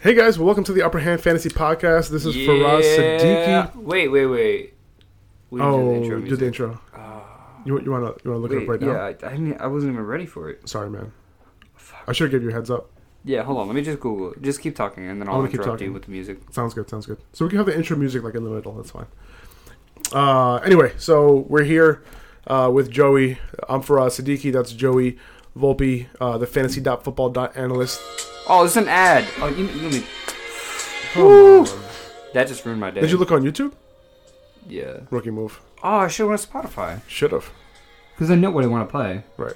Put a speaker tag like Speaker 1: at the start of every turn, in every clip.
Speaker 1: Hey guys, welcome to the Upper Hand Fantasy Podcast. This is Faraz Siddiqui.
Speaker 2: Wait, wait, wait. We didn't
Speaker 1: Oh,
Speaker 2: do the intro.
Speaker 1: do the
Speaker 2: music.
Speaker 1: intro. you you want to you want to look it up
Speaker 2: Wait,
Speaker 1: right now?
Speaker 2: yeah, I, I, didn't, I wasn't even ready for it.
Speaker 1: Sorry, man.
Speaker 2: Fuck.
Speaker 1: I should have gave you a heads up.
Speaker 2: Yeah, hold on. Let me just Google it. Just keep talking, and then
Speaker 1: I'm
Speaker 2: I'll
Speaker 1: gonna Oh, keep
Speaker 2: interrupt you
Speaker 1: talking.
Speaker 2: with the music.
Speaker 1: Sounds good. Sounds good. So we can have the intro music like in the middle. That's fine. Uh, anyway, so we're here uh, with Joey. I'm Faraz Siddiqui. That's Joey Volpe, uh, the fantasy.football analyst.
Speaker 2: Oh, it's an ad. Oh, you, you mean
Speaker 1: Woo!
Speaker 2: that just ruined my day.
Speaker 1: Did you look on YouTube?
Speaker 2: Yeah.
Speaker 1: Rookie move.
Speaker 2: Oh, I should have went to Spotify
Speaker 1: Should have.
Speaker 2: because I know what I want to play.
Speaker 1: Right.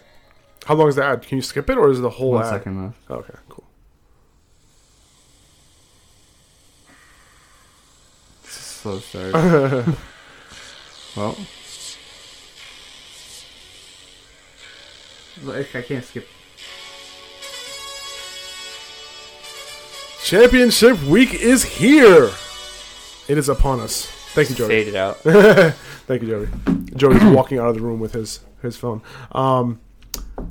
Speaker 1: How long is the ad? Can you skip it or is it the whole
Speaker 2: One
Speaker 1: ad?
Speaker 2: second left.
Speaker 1: Okay, cool.
Speaker 2: It's a slow start. well. Like, I can't skip.
Speaker 1: Championship week is here. It is upon us. Thank you, Joey.
Speaker 2: Fade it out.
Speaker 1: Thank you, Joey. Joey's walking out of the room with his his phone. Um,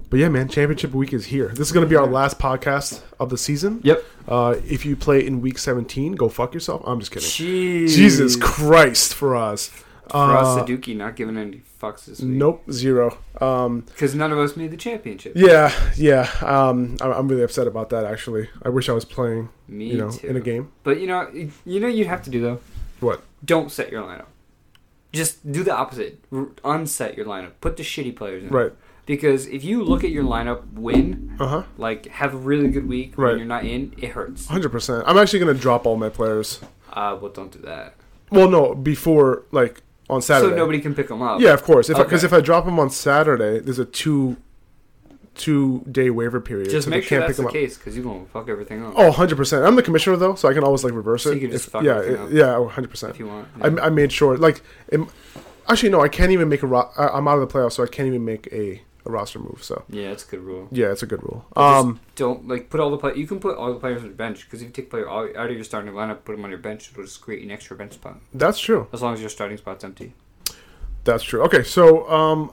Speaker 1: but yeah, man, championship week is here. This is going to be our last podcast of the season.
Speaker 2: yep.
Speaker 1: Uh, if you play in week 17, go fuck yourself. I'm just kidding.
Speaker 2: Jeez.
Speaker 1: Jesus Christ, for us.
Speaker 2: For us,
Speaker 1: Uh,
Speaker 2: Saduki not giving any fucks this week.
Speaker 1: nope, zero. Um,
Speaker 2: Because none of us made the championship.
Speaker 1: yeah, yeah. Um, I- I'm really upset about that. Actually, I wish I was playing,
Speaker 2: Me
Speaker 1: you know,
Speaker 2: too.
Speaker 1: in a game.
Speaker 2: But you know, you know, you'd have to do though.
Speaker 1: What?
Speaker 2: Don't set your lineup. Just do the opposite. R- unset your lineup. Put the shitty players in.
Speaker 1: Right.
Speaker 2: Because if you look at your lineup, win,
Speaker 1: Uh huh.
Speaker 2: like have a really good week
Speaker 1: Right.
Speaker 2: when you're not in, it hurts.
Speaker 1: Hundred percent. I'm actually gonna drop all my players.
Speaker 2: Uh, well, don't do that.
Speaker 1: Well, no, before like on Saturday.
Speaker 2: So nobody can pick them up.
Speaker 1: Yeah, of course. If because
Speaker 2: Okay.
Speaker 1: if I drop them on Saturday, there's a two two day waiver period.
Speaker 2: Just
Speaker 1: so they
Speaker 2: make sure
Speaker 1: can't
Speaker 2: that's
Speaker 1: pick 'em
Speaker 2: the
Speaker 1: up.
Speaker 2: case, because you're gonna fuck everything up
Speaker 1: Oh, 100 percent. I'm the commissioner though, so I can always like reverse
Speaker 2: So
Speaker 1: it.
Speaker 2: you can just
Speaker 1: If-
Speaker 2: fuck
Speaker 1: yeah,
Speaker 2: everything
Speaker 1: it-
Speaker 2: up.
Speaker 1: yeah, 100. percent
Speaker 2: if you want.
Speaker 1: I, I made sure. Like, im- actually, no, I can't even make a. Ro- I, I'm out of the playoffs, so I can't even make a, a roster move. So
Speaker 2: yeah, that's a good rule.
Speaker 1: yeah, it's a good rule.
Speaker 2: Just
Speaker 1: Um,
Speaker 2: don't like put all the play. You can put all the players on the bench because if you take player all- out of your starting lineup, put them on your bench, it'll just create an extra bench spot
Speaker 1: that's true.
Speaker 2: as long as your starting spot's empty.
Speaker 1: That's true. Okay, so um,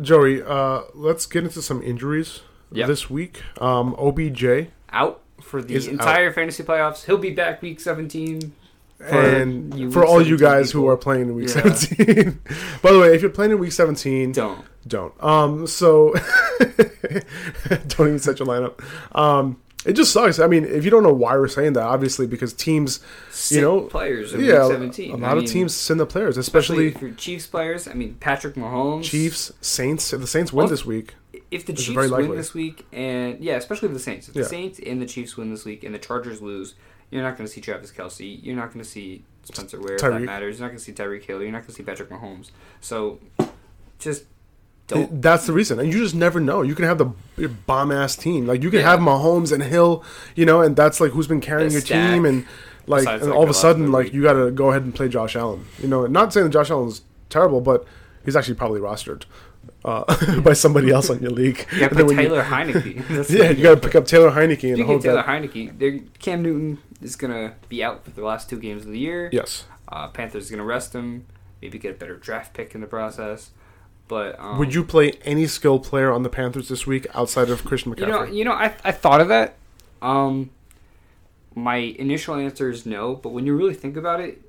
Speaker 1: Joey, uh, let's get into some injuries
Speaker 2: Yep.
Speaker 1: this week. Um, OBJ
Speaker 2: Out for the
Speaker 1: Is out.
Speaker 2: entire fantasy playoffs. He'll be back week seventeen. For
Speaker 1: and
Speaker 2: you
Speaker 1: for
Speaker 2: week
Speaker 1: all you
Speaker 2: 17
Speaker 1: guys who
Speaker 2: people.
Speaker 1: are playing in week
Speaker 2: Yeah.
Speaker 1: 17. By the way, if you're playing in week 17, don't.
Speaker 2: Don't.
Speaker 1: Um, so don't even set your lineup. Um, it just sucks. I mean, if you don't know why we're saying that, obviously because teams,
Speaker 2: Sick
Speaker 1: know,
Speaker 2: players. In
Speaker 1: yeah,
Speaker 2: week
Speaker 1: a
Speaker 2: 17.
Speaker 1: lot
Speaker 2: I
Speaker 1: of
Speaker 2: mean,
Speaker 1: teams send the players, especially,
Speaker 2: especially if you're Chiefs players. I mean, Patrick Mahomes.
Speaker 1: Chiefs, Saints. If the Saints win
Speaker 2: Well,
Speaker 1: this week,
Speaker 2: If the
Speaker 1: is
Speaker 2: Chiefs
Speaker 1: very likely.
Speaker 2: win this week, and yeah, especially the Saints. If the
Speaker 1: Yeah.
Speaker 2: Saints and the Chiefs win this week, and the Chargers lose, you're not going to see Travis Kelsey. You're not going to see Spencer Ware. If
Speaker 1: Tyreek.
Speaker 2: that matters. You're not going to see Tyreek Hill. You're not going to see Patrick Mahomes. So, just
Speaker 1: th-
Speaker 2: don't.
Speaker 1: that's the reason. And you just never know. You can have the bomb ass team. Like you can
Speaker 2: Yeah.
Speaker 1: have Mahomes and Hill, you know, and that's like who's been carrying
Speaker 2: The
Speaker 1: your
Speaker 2: stack.
Speaker 1: team and like
Speaker 2: Besides,
Speaker 1: and
Speaker 2: like,
Speaker 1: all of
Speaker 2: the
Speaker 1: a
Speaker 2: last
Speaker 1: sudden
Speaker 2: three
Speaker 1: like
Speaker 2: weeks.
Speaker 1: you got to go ahead and play Josh Allen. You know, not saying that Josh Allen's terrible, but he's actually probably rostered uh, by somebody else on your league.
Speaker 2: You
Speaker 1: And then
Speaker 2: got to put
Speaker 1: when you-
Speaker 2: Taylor Heineke. That's
Speaker 1: yeah,
Speaker 2: what
Speaker 1: you got to pick up Taylor Heineke and
Speaker 2: Speaking
Speaker 1: hold
Speaker 2: of Taylor
Speaker 1: that.
Speaker 2: Heineke, they're- Cam Newton is going to be out for the last two games of the year.
Speaker 1: Yes.
Speaker 2: Uh, Panthers going to rest him. Maybe get a better draft pick in the process. But um,
Speaker 1: Would you play any skill player on the Panthers this week outside of Christian McCaffrey?
Speaker 2: You know, you know, I I thought of that. Um, my initial answer is no, but when you really think about it,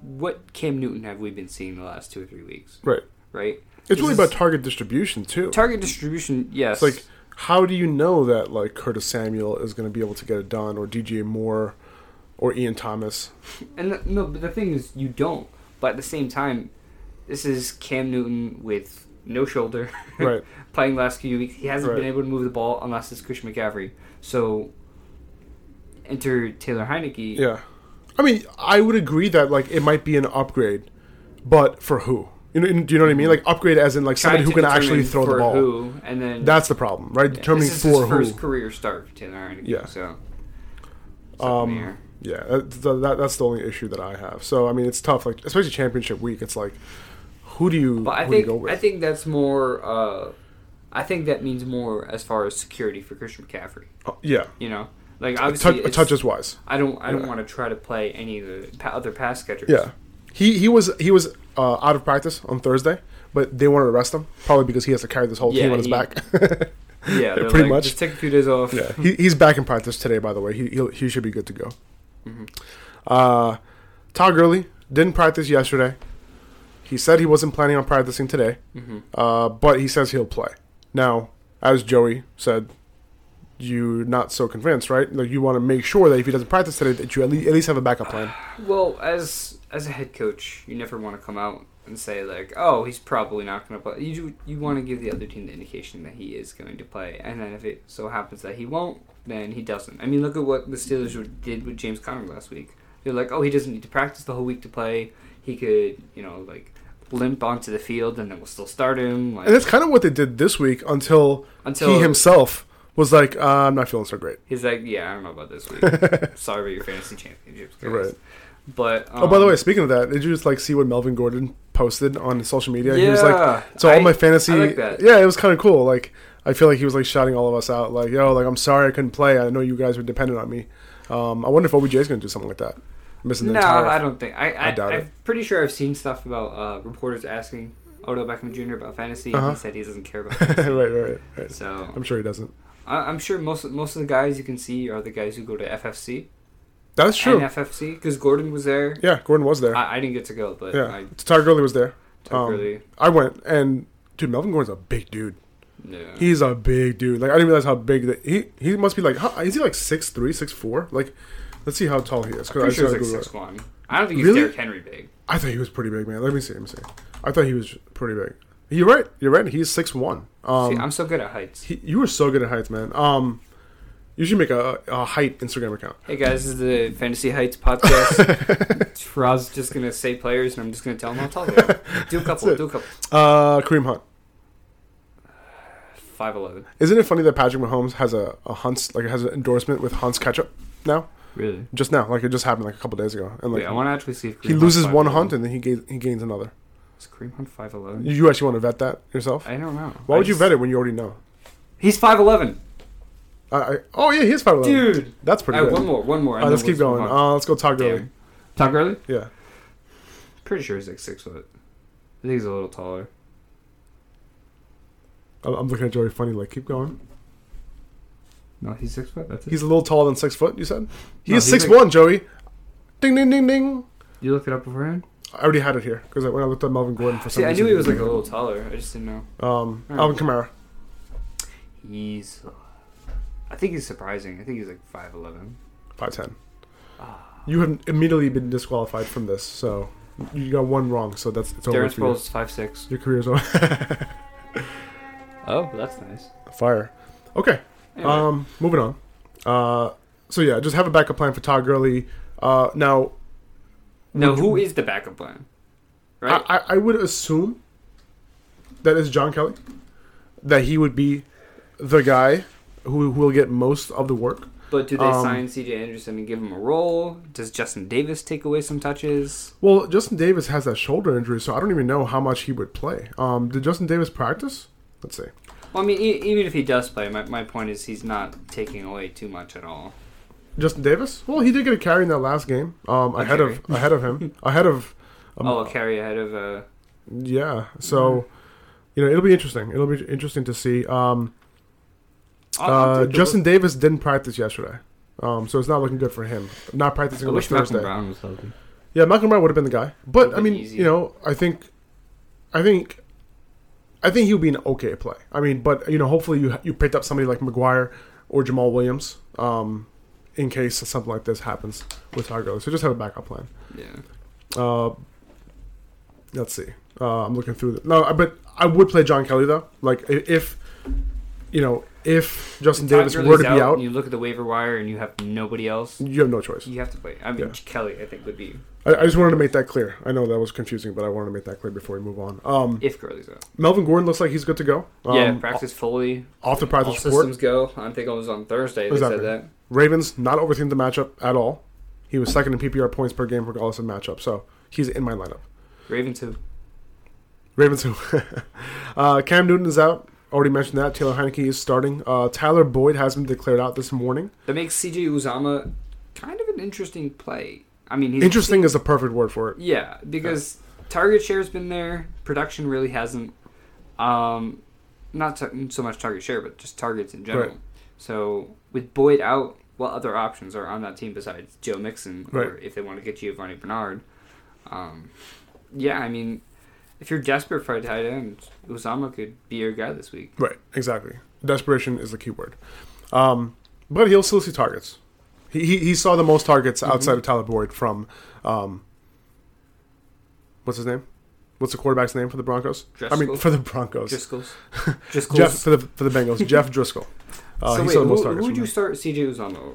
Speaker 2: what Cam Newton have we been seeing the last two or three weeks?
Speaker 1: right.
Speaker 2: Right.
Speaker 1: It's really
Speaker 2: This
Speaker 1: about
Speaker 2: is-
Speaker 1: target distribution too.
Speaker 2: target distribution. Yes.
Speaker 1: It's like, how do you know that like Curtis Samuel is going to be able to get it done, or DJ Moore, or Ian Thomas?
Speaker 2: And the, no, but the thing is, you don't. But at the same time, this is Cam Newton with no shoulder,
Speaker 1: Right.
Speaker 2: playing last few weeks, he hasn't
Speaker 1: Right.
Speaker 2: been able to move the ball unless it's Christian McCaffrey. So, enter Taylor Heineke.
Speaker 1: Yeah, I mean, I would agree that like it might be an upgrade, but for who? You know, do you know what I mean? Like upgrade as in like somebody
Speaker 2: trying
Speaker 1: who
Speaker 2: to
Speaker 1: can actually
Speaker 2: determine
Speaker 1: throw the
Speaker 2: for
Speaker 1: ball.
Speaker 2: Who, and then
Speaker 1: That's the problem, right?
Speaker 2: yeah,
Speaker 1: Determining
Speaker 2: this is
Speaker 1: for
Speaker 2: his first
Speaker 1: who.
Speaker 2: career start for Taylor Heineke.
Speaker 1: Yeah.
Speaker 2: So,
Speaker 1: Um, Yeah, that's the, that, that's the only issue that I have. So I mean, it's tough, like especially championship week. It's like, who do you?
Speaker 2: But I
Speaker 1: who
Speaker 2: think
Speaker 1: do you go with?
Speaker 2: I think that's more. Uh, I think that means more as far as security for Christian McCaffrey.
Speaker 1: Uh, yeah,
Speaker 2: You know, like
Speaker 1: touch,
Speaker 2: obviously, it's-
Speaker 1: touches wise.
Speaker 2: I don't. I don't
Speaker 1: Yeah.
Speaker 2: want to try to play any of the pa- other pass catchers.
Speaker 1: Yeah, he he was he was uh, out of practice on Thursday, but they wanted to rest him probably because he has to carry this whole
Speaker 2: Yeah,
Speaker 1: team on his
Speaker 2: he-
Speaker 1: back.
Speaker 2: Yeah, they're
Speaker 1: pretty
Speaker 2: like,
Speaker 1: much.
Speaker 2: Just take a few days off.
Speaker 1: Yeah, he, he's back in practice today, by the way. He he'll, he should be good to go.
Speaker 2: Mhm.
Speaker 1: Uh, Todd Gurley didn't practice yesterday. He said he wasn't planning on practicing today,
Speaker 2: hmm
Speaker 1: uh, but he says he'll play. Now, as Joey said, you're not so convinced, right? Like you want to make sure that if he doesn't practice today, that you at least, at least have a backup plan.
Speaker 2: Ah, Well, as as a head coach, you never want to come out and say like, "Oh, he's probably not going to play." You do- you want to give the other team the indication that he is going to play, and then if it so happens that he won't, then he doesn't. I mean, look at what the Steelers were- did with James Conner last week. They're like, "Oh, he doesn't need to practice the whole week to play. He could, you know, like limp onto the field, and then we'll still start him." Like,
Speaker 1: And that's kind of what they did this week until,
Speaker 2: until
Speaker 1: he himself was like, uh, "I'm not feeling so great."
Speaker 2: he's like, "Yeah, I don't know about this week. Sorry about your fantasy championships, guys."
Speaker 1: Right.
Speaker 2: But
Speaker 1: oh, by the
Speaker 2: um,
Speaker 1: way, speaking of that, did you just like see what Melvin Gordon posted on social media? He was like,
Speaker 2: yeah,
Speaker 1: So all
Speaker 2: I-
Speaker 1: my fantasy,
Speaker 2: I like that.
Speaker 1: yeah, it was kind of cool. Like I feel like he was like shouting all of us out, like yo, like I'm sorry I couldn't play. I know you guys were dependent on me. Um, I wonder if OBJ is going to do something like that. Missing the
Speaker 2: No,
Speaker 1: entire.
Speaker 2: I don't think. I, I,
Speaker 1: I doubt
Speaker 2: am
Speaker 1: it.
Speaker 2: pretty sure I've seen stuff about uh, reporters asking Odell Beckham Jr. about fantasy,
Speaker 1: Uh-huh.
Speaker 2: and he said he doesn't care about.
Speaker 1: right,
Speaker 2: fantasy.
Speaker 1: right, right, right.
Speaker 2: So
Speaker 1: I'm sure he doesn't.
Speaker 2: I, I'm sure most most of the guys you can see are the guys who go to FFC
Speaker 1: That's true.
Speaker 2: and FFC because Gordon was there.
Speaker 1: yeah, Gordon was there.
Speaker 2: I, I didn't get to go, but
Speaker 1: yeah,
Speaker 2: I
Speaker 1: Todd Gurley was there.
Speaker 2: took
Speaker 1: Um,
Speaker 2: really.
Speaker 1: I went, and dude, Melvin Gordon's a big dude.
Speaker 2: Yeah.
Speaker 1: He's a big dude. Like I didn't realize how big that he he must be. Like, how, is he like six three, six four? Like, let's see how tall he is. 'cause I
Speaker 2: pretty
Speaker 1: just
Speaker 2: sure
Speaker 1: gotta
Speaker 2: he's
Speaker 1: Google
Speaker 2: like
Speaker 1: it.
Speaker 2: six one. I don't think he's
Speaker 1: Really?
Speaker 2: Derrick Henry big.
Speaker 1: I thought he was pretty big, man. Let me see. Let me see. I thought he was pretty big. You're right. You're right. He's six one.
Speaker 2: see,
Speaker 1: Um,
Speaker 2: I'm so good at heights.
Speaker 1: he, you were so good at heights, man. Um, you should make a, a height Instagram account.
Speaker 2: Hey guys, this is the Fantasy Heights podcast. Rob's just gonna say players, and I'm just gonna tell him how tall they are. Do a couple,
Speaker 1: it.
Speaker 2: do a couple.
Speaker 1: Uh, Kareem Hunt.
Speaker 2: Five eleven.
Speaker 1: Isn't it funny that Patrick Mahomes has a, a Hunt's like has an endorsement with Hunt's ketchup now?
Speaker 2: Really?
Speaker 1: Just now, like it just happened like a couple days ago, and like
Speaker 2: Wait, I want to actually see if
Speaker 1: he
Speaker 2: Kareem
Speaker 1: loses
Speaker 2: Hunt's
Speaker 1: one
Speaker 2: 5'11".
Speaker 1: hunt and then he gains, he gains another.
Speaker 2: Is Kareem Hunt five eleven?
Speaker 1: You actually want to vet that yourself?
Speaker 2: I don't know.
Speaker 1: Why
Speaker 2: I
Speaker 1: would you
Speaker 2: just-
Speaker 1: vet it when you already know?
Speaker 2: He's five eleven,
Speaker 1: I, I, oh yeah, he is five eleven.
Speaker 2: dude.
Speaker 1: that's pretty
Speaker 2: All right,
Speaker 1: good.
Speaker 2: one more, one more.
Speaker 1: All
Speaker 2: and
Speaker 1: right, let's
Speaker 2: then
Speaker 1: keep
Speaker 2: we'll
Speaker 1: going.
Speaker 2: move on.
Speaker 1: Uh, let's go Todd Gurley.
Speaker 2: Damn. Todd Gurley?
Speaker 1: Yeah.
Speaker 2: Pretty sure he's like six foot. I think he's a little taller.
Speaker 1: I'm I'm looking at Joey funny, like, keep going.
Speaker 2: No, he's six foot. That's it.
Speaker 1: He's a little taller than six foot, you said? He
Speaker 2: No,
Speaker 1: is
Speaker 2: he's
Speaker 1: six
Speaker 2: like-
Speaker 1: one, Joey. Ding, ding, ding, ding.
Speaker 2: you looked it up beforehand.
Speaker 1: I already had it here because when I looked up Melvin Gordon for some
Speaker 2: See, I
Speaker 1: reason.
Speaker 2: knew he was like a little taller. I just didn't know.
Speaker 1: Um,
Speaker 2: Alright.
Speaker 1: Alvin Kamara.
Speaker 2: He's. uh, I think he's surprising. I think he's like five eleven.
Speaker 1: 5'10.
Speaker 2: Ah.
Speaker 1: You have immediately been disqualified from this, so you got one wrong, so that's it's over
Speaker 2: Darren
Speaker 1: for you.
Speaker 2: Sproles is five six.
Speaker 1: Your career's over.
Speaker 2: Oh, that's nice.
Speaker 1: Fire. Okay.
Speaker 2: Anyway,
Speaker 1: Um, moving on. Uh, so yeah, just have a backup plan for Todd Gurley. Uh, now,
Speaker 2: now,
Speaker 1: would you-
Speaker 2: who is the backup plan? Right.
Speaker 1: I, I- I would assume that is John Kelly, that he would be the guy who will get most of the work.
Speaker 2: But do they
Speaker 1: Um,
Speaker 2: sign CJ Anderson and give him a role? Does Justin Davis take away some touches?
Speaker 1: Well, Justin Davis has that shoulder injury, so I don't even know how much he would play. Um, did Justin Davis practice? Let's see.
Speaker 2: Well, I mean, e- even if he does play, my, my point is he's not taking away too much at all.
Speaker 1: Justin Davis? Well, he did get a carry in that last game. Um,
Speaker 2: A
Speaker 1: ahead of ahead of him, ahead of. Um,
Speaker 2: oh, a carry ahead of
Speaker 1: Uh,
Speaker 2: a.
Speaker 1: yeah. So, you know, it'll be interesting. It'll be interesting to see. Um, uh, Justin Davis didn't practice yesterday, um, so it's not looking good for him. Not practicing
Speaker 2: I
Speaker 1: on
Speaker 2: wish
Speaker 1: Thursday.
Speaker 2: Malcolm Brown was healthy.
Speaker 1: Yeah, Malcolm Brown would have been the guy, but I
Speaker 2: Would've been
Speaker 1: mean,
Speaker 2: easy.
Speaker 1: you know, I think, I think, I think he'll be an okay play. I mean, but you know, hopefully you you picked up somebody like McGuire or Jamal Williams, um, in case something like this happens with Targo. So just have a backup plan.
Speaker 2: Yeah.
Speaker 1: Uh, let's see. Uh, I'm looking through. The, no, I- but I would play John Kelly though. Like i- if, you know, if Justin
Speaker 2: Todd
Speaker 1: Davis
Speaker 2: Gurley's
Speaker 1: were to be
Speaker 2: and
Speaker 1: out,
Speaker 2: You look at the waiver wire and you have nobody else.
Speaker 1: you have no choice.
Speaker 2: You have to play. I mean,
Speaker 1: Yeah.
Speaker 2: Kelly, I think, would be
Speaker 1: I, I just wanted to make that clear. I know that was confusing, but I wanted to make that clear before we move on. Um,
Speaker 2: if Gurley's out.
Speaker 1: Melvin Gordon looks like he's good to go. Um,
Speaker 2: yeah, practice fully.
Speaker 1: Off the
Speaker 2: All
Speaker 1: practice
Speaker 2: systems
Speaker 1: support.
Speaker 2: go. I think it was on Thursday they
Speaker 1: Exactly.
Speaker 2: said that.
Speaker 1: Ravens not overthinking the matchup at all. He was second in PPR points per game regardless of matchup, so he's in my lineup.
Speaker 2: Ravens who?
Speaker 1: Ravens who? uh, Cam Newton is out. Already mentioned that. Taylor Heineke is starting. Uh, Tyler Boyd has been declared out this morning.
Speaker 2: That makes CJ Uzama kind of an interesting play. I mean, he's
Speaker 1: Interesting is the perfect word for it.
Speaker 2: Yeah, because target share's been there, production really hasn't. Um, not t- so much target share, but just targets in general.
Speaker 1: Right.
Speaker 2: So with Boyd out, what other options are on that team besides Joe Mixon, or
Speaker 1: Right.
Speaker 2: if they want to get Giovanni Bernard? Um, yeah, I mean, if you're desperate for a tight end, Uzama could be your guy this week.
Speaker 1: Right, exactly. Desperation is the key word. Um, but he'll still see targets. He, he, he saw the most targets
Speaker 2: Mm-hmm.
Speaker 1: outside of Tyler Boyd from, um, what's his name? What's the quarterback's name for the Broncos? I mean,
Speaker 2: Driscoll.
Speaker 1: for the Broncos.
Speaker 2: Driscoll's, Driscoll's.
Speaker 1: Jeff, for the, for the Bengals, Jeff Driscoll. Uh,
Speaker 2: so
Speaker 1: he
Speaker 2: wait,
Speaker 1: saw the
Speaker 2: who,
Speaker 1: most
Speaker 2: who
Speaker 1: targets.
Speaker 2: would
Speaker 1: from
Speaker 2: you
Speaker 1: him.
Speaker 2: start CJ Uzama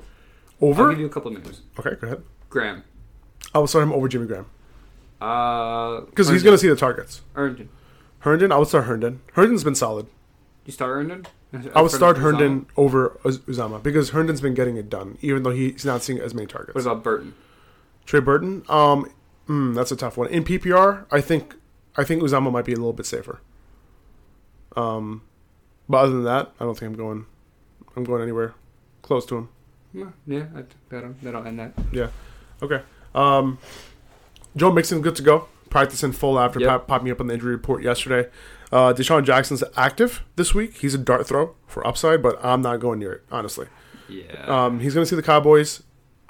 Speaker 2: over? I'll give
Speaker 1: over?
Speaker 2: you a couple names.
Speaker 1: Okay, go ahead.
Speaker 2: Graham.
Speaker 1: I would start him over Jimmy Graham
Speaker 2: Uh,
Speaker 1: because he's going to see the targets.
Speaker 2: Herndon.
Speaker 1: Herndon, I would start Herndon. Herndon's been solid.
Speaker 2: You start Herndon.
Speaker 1: I would start Herndon over Uz- Uzama because Herndon's been getting it done, even though he's not seeing as many targets.
Speaker 2: What about Burton?
Speaker 1: Trey Burton. Um, mm, that's a tough one. In PPR, I think I think Uzama might be a little bit safer. Um, but other than that, I don't think I'm going. I'm going anywhere close to him.
Speaker 2: Yeah, yeah I, that'll, that'll end that.
Speaker 1: Okay. Um, Joe Mixon, good to go. Practice in full after
Speaker 2: Yep.
Speaker 1: pop, popping up on the injury report yesterday. Uh, Deshaun Jackson's active this week. He's a dart throw for upside, but I'm not going near it honestly.
Speaker 2: Yeah.
Speaker 1: Um, he's going to see the Cowboys,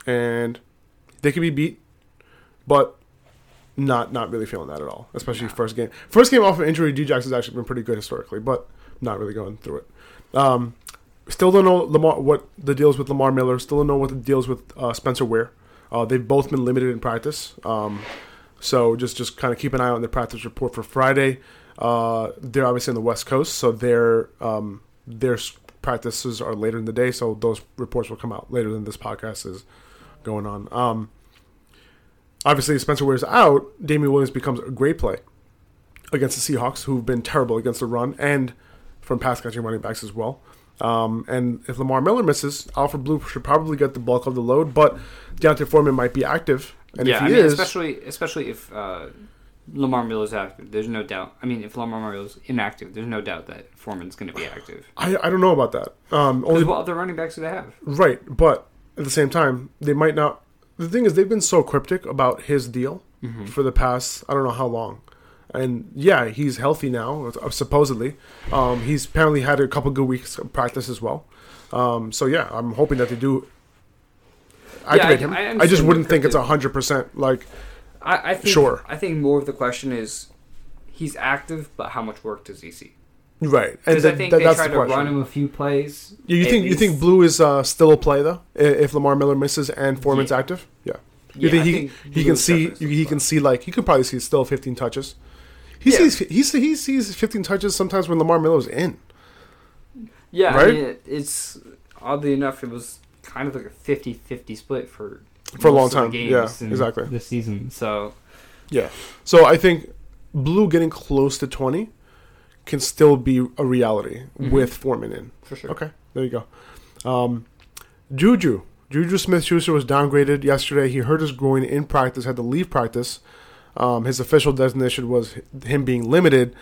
Speaker 1: and they could be beat, but not not really feeling that at all. Especially
Speaker 2: Nah.
Speaker 1: first game. First game off of injury, D Jackson's actually been pretty good historically, but not really going through it. Um, still don't know Lamar what the deals with Lamar Miller. Still don't know what the deals with uh, Spencer Ware. Uh, they've both been limited in practice. Um, so just just kind of keep an eye on their practice report for Friday. Uh, they're obviously on the West Coast, so their um, their s- practices are later in the day. So those reports will come out later than this podcast is going on. Um, obviously, if Spencer Ware's out. Damian Williams becomes a great play against the Seahawks, who've been terrible against the run and from pass catching running backs as well. Um, and if Lamar Miller misses, Alfred Blue should probably get the bulk of the load, but Deontay Foreman might be active. And
Speaker 2: yeah,
Speaker 1: if he
Speaker 2: I mean,
Speaker 1: is,
Speaker 2: especially especially if uh, Lamar Miller's active, there's no doubt. I mean, if Lamar Miller's inactive, there's no doubt that Foreman's going to be active.
Speaker 1: I, I don't know about that. Um, only
Speaker 2: Because what other running backs do they have?
Speaker 1: right, but at the same time, they might not. The thing is, they've been so cryptic about his deal
Speaker 2: Mm-hmm.
Speaker 1: for the past I don't know how long. And yeah, he's healthy now, uh, supposedly. Um, he's apparently had a couple good weeks of practice as well. Um, so yeah, I'm hoping that they do activate
Speaker 2: I- I
Speaker 1: him. I,
Speaker 2: understand
Speaker 1: just
Speaker 2: the
Speaker 1: wouldn't think it's
Speaker 2: cryptic-
Speaker 1: hundred percent. Like
Speaker 2: I, I think
Speaker 1: Sure.
Speaker 2: I think more of the question is he's active, but how much work does he see?
Speaker 1: right, and
Speaker 2: Because I
Speaker 1: th-
Speaker 2: think
Speaker 1: th-
Speaker 2: they
Speaker 1: that's
Speaker 2: tried
Speaker 1: the
Speaker 2: to
Speaker 1: question.
Speaker 2: run him a few plays.
Speaker 1: you you
Speaker 2: at
Speaker 1: think you
Speaker 2: least.
Speaker 1: think Blue is uh, still a play though i- if Lamar Miller misses and Foreman's
Speaker 2: Yeah.
Speaker 1: active? Yeah. You
Speaker 2: Yeah,
Speaker 1: think
Speaker 2: I
Speaker 1: he, he can
Speaker 2: Blue's
Speaker 1: see
Speaker 2: definitely
Speaker 1: he
Speaker 2: still
Speaker 1: can see like he could probably see still 15 touches. He
Speaker 2: Yeah.
Speaker 1: sees he see- he sees 15 touches sometimes when Lamar Miller's in.
Speaker 2: Yeah, I
Speaker 1: Right?
Speaker 2: mean, it- it's oddly enough, it was kind of like a 50-50 split for
Speaker 1: For a long
Speaker 2: most of
Speaker 1: time.
Speaker 2: the
Speaker 1: Yeah,
Speaker 2: in
Speaker 1: exactly.
Speaker 2: This season, so
Speaker 1: Yeah. So I think Blue getting close to 20 can still be a reality with Foreman in.
Speaker 2: for sure.
Speaker 1: Okay, there you go. Um, Juju. Juju Smith Schuster was downgraded yesterday. He hurt his groin in practice, had to leave practice. Um, his official designation was him being limited.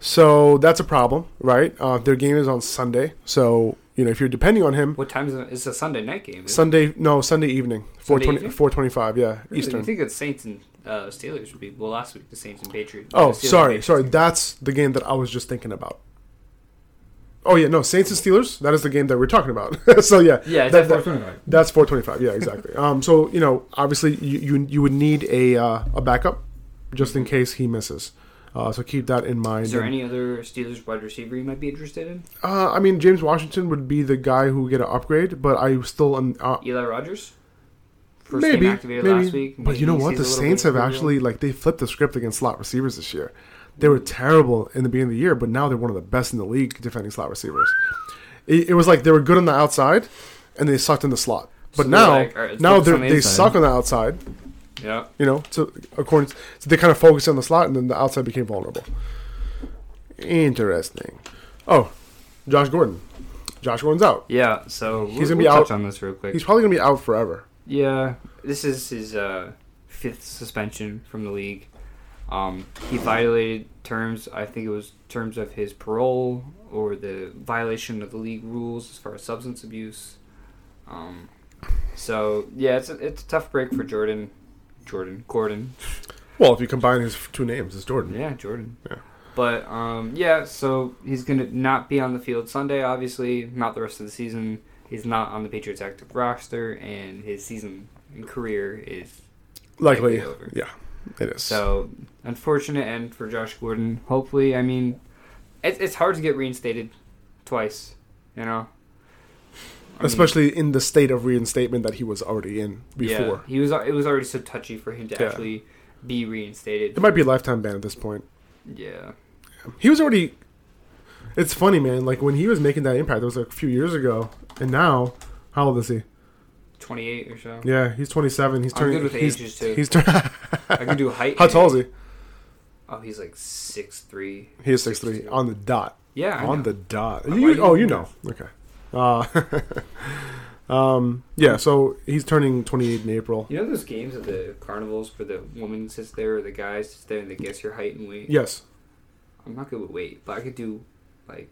Speaker 1: So that's a problem, right? Uh, their game is on Sunday. So, you know, if you're depending on him,
Speaker 2: What time is it? It's a Sunday night game. isn't
Speaker 1: Sunday, no, Sunday evening,
Speaker 2: Sunday
Speaker 1: 420,
Speaker 2: evening?
Speaker 1: 425, yeah,
Speaker 2: Really?
Speaker 1: Eastern.
Speaker 2: I think that Saints and uh, Steelers would be well last week. The Saints and Patriots.
Speaker 1: Oh,
Speaker 2: the Steelers and
Speaker 1: sorry,
Speaker 2: Patriots.
Speaker 1: sorry. That's the game that I was just thinking about. Oh yeah, no, Saints and Steelers. That is the game that we're talking about. so yeah,
Speaker 2: Yeah, it's
Speaker 1: that-
Speaker 2: at
Speaker 1: that-
Speaker 2: 4:25.
Speaker 1: that's four twenty-five. Yeah, exactly. um, so you know, obviously, you you, you would need a uh, a backup just in case he misses. Uh, so keep that in mind.
Speaker 2: Is there
Speaker 1: And,
Speaker 2: any other Steelers wide receiver you might be interested in?
Speaker 1: uh, I mean, James Washington would be the guy who would get an upgrade, but I still am. Uh,
Speaker 2: Eli Rogers.
Speaker 1: maybe,
Speaker 2: activated
Speaker 1: maybe.
Speaker 2: last week.
Speaker 1: But you know
Speaker 2: Maybe
Speaker 1: what?
Speaker 2: he's
Speaker 1: The
Speaker 2: a little
Speaker 1: Saints
Speaker 2: bit
Speaker 1: have
Speaker 2: of a-
Speaker 1: actually like they flipped the script against slot receivers this year. They were terrible in the beginning of the year, but now they're one of the best in the league defending slot receivers. It, it was like they were good on the outside, and they sucked in the slot. But
Speaker 2: So they're
Speaker 1: now,
Speaker 2: like, "All right, let's
Speaker 1: now
Speaker 2: focus
Speaker 1: they're,
Speaker 2: on the
Speaker 1: they
Speaker 2: inside."
Speaker 1: suck on the outside.
Speaker 2: Yeah.
Speaker 1: You know, so according, so they kind of focused on the slot, and then the outside became vulnerable. Interesting. Oh, Josh Gordon. Josh Gordon's out.
Speaker 2: Yeah. So
Speaker 1: He's
Speaker 2: we'll-
Speaker 1: gonna be
Speaker 2: we'll
Speaker 1: out-
Speaker 2: touch on this real quick.
Speaker 1: He's probably gonna be out forever.
Speaker 2: Yeah, this is his uh, fifth suspension from the league. Um, he violated terms. I think it was terms of his parole or the violation of the league rules as far as substance abuse. Um, so yeah, it's a, it's a tough break for Jordan. Jordan Gordon.
Speaker 1: Well, if you combine his two names, it's Jordan.
Speaker 2: Yeah, Jordan.
Speaker 1: Yeah.
Speaker 2: But um, yeah, so he's going to not be on the field Sunday, obviously, not the rest of the season. He's not on the Patriots active roster, and his season and career is
Speaker 1: Likely,
Speaker 2: likely over.
Speaker 1: yeah, it is.
Speaker 2: So unfortunate end for Josh Gordon. Hopefully, I mean, it's it's hard to get reinstated twice, you know. I mean,
Speaker 1: Especially in the state of reinstatement that he was already in
Speaker 2: yeah,
Speaker 1: before.
Speaker 2: he was it was already so touchy for him to
Speaker 1: Yeah.
Speaker 2: actually be reinstated.
Speaker 1: It might be a lifetime ban at this point.
Speaker 2: yeah,
Speaker 1: He was already. It's funny, man. Like when he was making that impact, it was like a few years ago, and now, how old is he?
Speaker 2: twenty eight or so.
Speaker 1: Yeah, he's 27. He's
Speaker 2: I'm
Speaker 1: turning.
Speaker 2: good with
Speaker 1: he's,
Speaker 2: ages, too.
Speaker 1: He's turning.
Speaker 2: I can do height.
Speaker 1: how tall is he?
Speaker 2: Oh, he's like six three.
Speaker 1: He is 6'3", on the dot.
Speaker 2: Yeah, I
Speaker 1: on
Speaker 2: know.
Speaker 1: the dot.
Speaker 2: Why
Speaker 1: You-
Speaker 2: do you
Speaker 1: oh, you know.
Speaker 2: know?
Speaker 1: Okay. Uh, um, yeah, so he's turning 28 in April.
Speaker 2: You know those games at the carnivals where the woman sits there or the guy sits there and they guess your height and weight.
Speaker 1: Yes.
Speaker 2: I'm not good with weight, but I could do like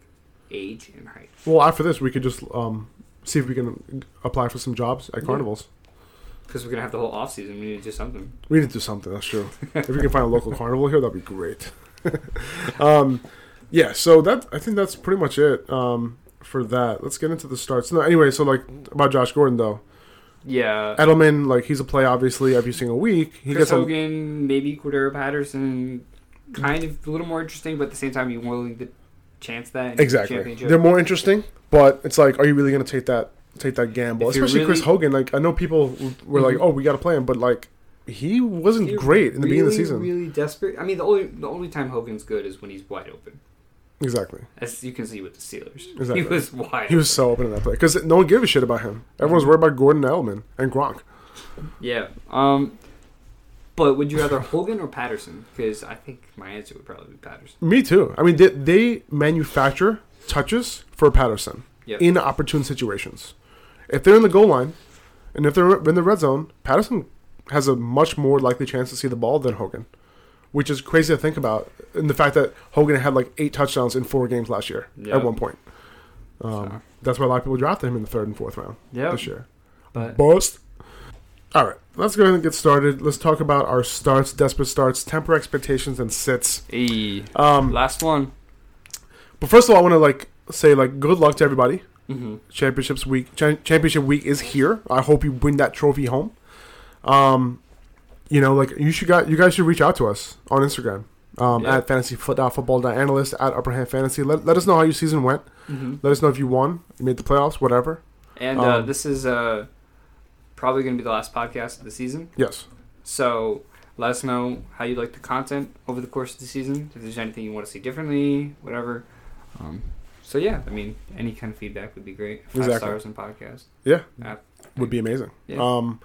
Speaker 2: age and height.
Speaker 1: Well, after this, we could just um, see if we can apply for some jobs at
Speaker 2: Yeah.
Speaker 1: carnivals.
Speaker 2: Because we're gonna have the whole off season. We need to do something.
Speaker 1: We need to do something. That's true. if we can find a local carnival here, that'd be great. um, yeah. So that I think that's pretty much it um, for that. Let's get into the starts. No, anyway. So like about Josh Gordon though,
Speaker 2: Yeah.
Speaker 1: Edelman like he's a play obviously every single week. Uh, He
Speaker 2: Chris
Speaker 1: a-
Speaker 2: Hogan, maybe Cordero Patterson, kind of a little more interesting, but at the same time, you're willing to chance that in the
Speaker 1: Exactly.
Speaker 2: championship.
Speaker 1: They're more interesting, but it's like, are you really going to take that take that gamble?
Speaker 2: If you're
Speaker 1: Especially Chris
Speaker 2: really-
Speaker 1: Hogan. Like, I know people w- were like,
Speaker 2: Mhm.
Speaker 1: "Oh, we got to play him," but like, he wasn't
Speaker 2: If you're
Speaker 1: great in the beginning of the
Speaker 2: really,
Speaker 1: season.
Speaker 2: Really desperate. I mean, the only the only time Hogan's good is when he's wide open,
Speaker 1: Exactly.
Speaker 2: as you can see with the Steelers.
Speaker 1: Exactly.
Speaker 2: He was wide.
Speaker 1: He was so open in that play because no one gave a shit about him. Everyone's worried about Gordon Edelman and Gronk.
Speaker 2: Yeah. Um. But would you rather Hogan or Patterson? Because I think my answer would probably be Patterson.
Speaker 1: Me too. I mean, they, they manufacture touches for Patterson
Speaker 2: Yeah.
Speaker 1: in opportune situations. If they're in the goal line and if they're in the red zone, Patterson has a much more likely chance to see the ball than Hogan, which is crazy to think about. And the fact that Hogan had like eight touchdowns in four games last year
Speaker 2: Yeah.
Speaker 1: at one point. Um,
Speaker 2: So.
Speaker 1: That's why a lot of people drafted him in the third and fourth round
Speaker 2: Yeah.
Speaker 1: this year.
Speaker 2: But
Speaker 1: Bust. All right, let's go ahead and get started. Let's talk about our starts, desperate starts, temper expectations, and sits.
Speaker 2: Hey,
Speaker 1: Um,
Speaker 2: last one.
Speaker 1: But first of all, I want to like say like good luck to everybody.
Speaker 2: Mm-hmm.
Speaker 1: Championships week, cha- championship week is here. I hope you bring that trophy home. Um, you know, like you should got you guys should reach out to us on Instagram um,
Speaker 2: Yeah.
Speaker 1: at fantasy football analyst at upper hand fantasy. Let, let us know how your season went.
Speaker 2: Mm-hmm.
Speaker 1: Let us know if you won, you made the playoffs, whatever.
Speaker 2: And uh,
Speaker 1: Um,
Speaker 2: this is uh, probably going to be the last podcast of the season.
Speaker 1: Yes,
Speaker 2: So let us know how you like the content over the course of the season. If there's anything you want to see differently, whatever. Um, so yeah, I mean, any kind of feedback would be great. Five
Speaker 1: Exactly.
Speaker 2: stars in podcast.
Speaker 1: Yeah.
Speaker 2: App,
Speaker 1: would be amazing.
Speaker 2: Yeah.
Speaker 1: Um,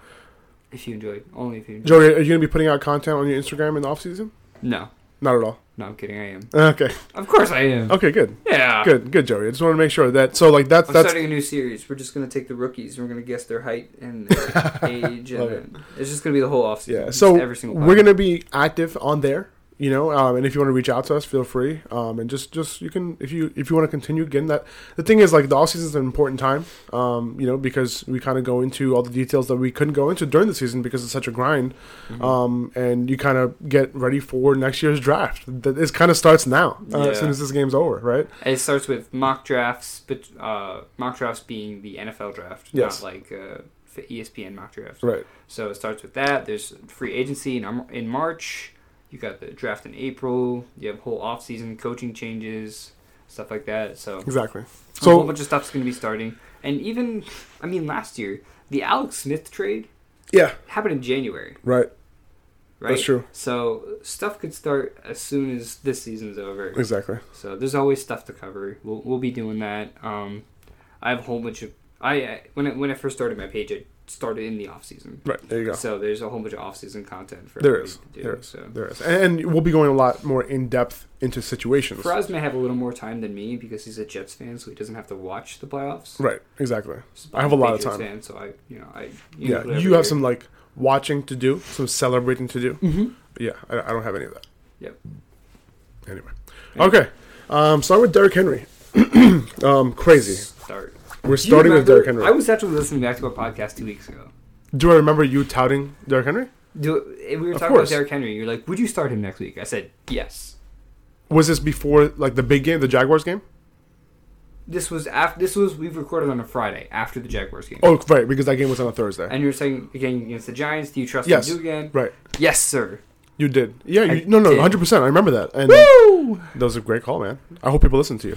Speaker 2: if you enjoyed, only if you enjoyed.
Speaker 1: Joey, are you gonna be putting out content on your Instagram in the off season?
Speaker 2: No,
Speaker 1: Not at all.
Speaker 2: no, I'm kidding. I am.
Speaker 1: Okay,
Speaker 2: Of course, I am.
Speaker 1: okay, good,
Speaker 2: Yeah.
Speaker 1: good, good, Joey. I just want to make sure that so like that's
Speaker 2: I'm
Speaker 1: that's
Speaker 2: starting a new series. We're just gonna take the rookies and we're gonna guess their height and their age, and
Speaker 1: Love
Speaker 2: then it's just gonna be the whole offseason.
Speaker 1: Yeah,
Speaker 2: Just
Speaker 1: so
Speaker 2: every single
Speaker 1: we're gonna be active on there, you know. Um, and if you want to reach out to us, feel free. Um, and just just you can if you if you want to continue getting that. The thing is, like the off season is an important time, um, you know, because we kind of go into all the details that we couldn't go into during the season because it's such a grind.
Speaker 2: Mhm.
Speaker 1: Um, and you kind of get ready for next year's draft. That it kind of starts now uh, as
Speaker 2: Yeah.
Speaker 1: soon as this game's over, right?
Speaker 2: It starts with mock drafts, but uh, mock drafts being the NFL draft,
Speaker 1: Yes.
Speaker 2: not like uh, f- ESPN mock drafts.
Speaker 1: Right.
Speaker 2: So it starts with that. There's free agency in, in March. You got the draft in April. You have whole off season coaching changes, stuff like that. So
Speaker 1: Exactly.
Speaker 2: a whole
Speaker 1: So
Speaker 2: bunch of stuff's going to be starting. And even, I mean, last year the Alex Smith trade
Speaker 1: yeah,
Speaker 2: happened in January,
Speaker 1: right.
Speaker 2: right?
Speaker 1: That's true.
Speaker 2: So stuff could start as soon as this season's over.
Speaker 1: Exactly.
Speaker 2: So there's always stuff to cover. We'll, we'll be doing that. Um, I have a whole bunch of I I- when I, when I first started my page, I started in the off season.
Speaker 1: Right. There you go.
Speaker 2: So there's a whole bunch of off season content for
Speaker 1: There
Speaker 2: everybody
Speaker 1: is.
Speaker 2: to do.
Speaker 1: There is.
Speaker 2: So
Speaker 1: There is, and and we'll be going a lot more in depth into situations.
Speaker 2: Faraz may have a little more time than me because he's a Jets fan, so he doesn't have to watch the playoffs.
Speaker 1: Right. Exactly.
Speaker 2: So
Speaker 1: I have a
Speaker 2: I'm
Speaker 1: lot of
Speaker 2: Patriots
Speaker 1: time.
Speaker 2: fan, so I you know I
Speaker 1: yeah,
Speaker 2: usually
Speaker 1: you have
Speaker 2: a-
Speaker 1: some like watching to do, some celebrating to do.
Speaker 2: Mhm.
Speaker 1: Yeah, I, I don't have any of that.
Speaker 2: Yep.
Speaker 1: Anyway,
Speaker 2: Yeah.
Speaker 1: okay. Um, start with Derrick Henry. um, crazy.
Speaker 2: start.
Speaker 1: We're
Speaker 2: Do you
Speaker 1: starting with
Speaker 2: remember-
Speaker 1: Derrick Henry.
Speaker 2: I was actually listening back to a podcast two weeks ago.
Speaker 1: do I remember you touting Derrick Henry?
Speaker 2: Do, we were
Speaker 1: Of
Speaker 2: talking about
Speaker 1: course.
Speaker 2: Derrick Henry. You're like, would you start him next week? I said yes.
Speaker 1: Was this before like the big game, the Jaguars game?
Speaker 2: This was after this was we recorded on a Friday after the Jaguars game.
Speaker 1: Oh, right, because that game was on a Thursday.
Speaker 2: And you're saying again against the Giants, do you trust
Speaker 1: Yes.
Speaker 2: them to do again?
Speaker 1: Right,
Speaker 2: Yes, sir.
Speaker 1: you did. Yeah, you,
Speaker 2: I
Speaker 1: no, no,
Speaker 2: did.
Speaker 1: one hundred percent. I remember that. And
Speaker 2: Woo!
Speaker 1: that was a great call, man. I hope people listen to you.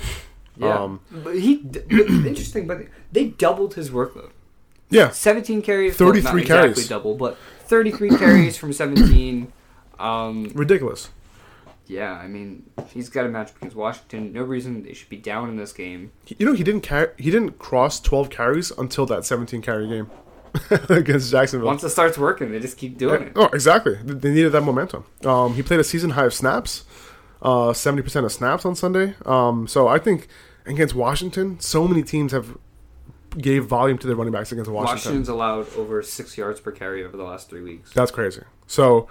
Speaker 2: Yeah.
Speaker 1: Um,
Speaker 2: but he d- interesting, but they doubled his workload.
Speaker 1: Yeah,
Speaker 2: 17 carries,
Speaker 1: 33
Speaker 2: well, not exactly
Speaker 1: carries.
Speaker 2: double, but 33 carries from 17. Um,
Speaker 1: ridiculous.
Speaker 2: yeah, I mean, he's got a match against Washington. No reason they should be down in this game.
Speaker 1: He- You know, he didn't car- he didn't cross twelve carries until that seventeen carry game against Jacksonville.
Speaker 2: Once it starts working, they just keep doing it.
Speaker 1: Oh, exactly. Th- They needed that momentum. Um, he played a season high of snaps, uh, seventy percent of snaps on Sunday. Um, so I think against Washington, so many teams have gave volume to their running backs against Washington.
Speaker 2: Washington's allowed over six yards per carry over the last three weeks.
Speaker 1: That's crazy. So,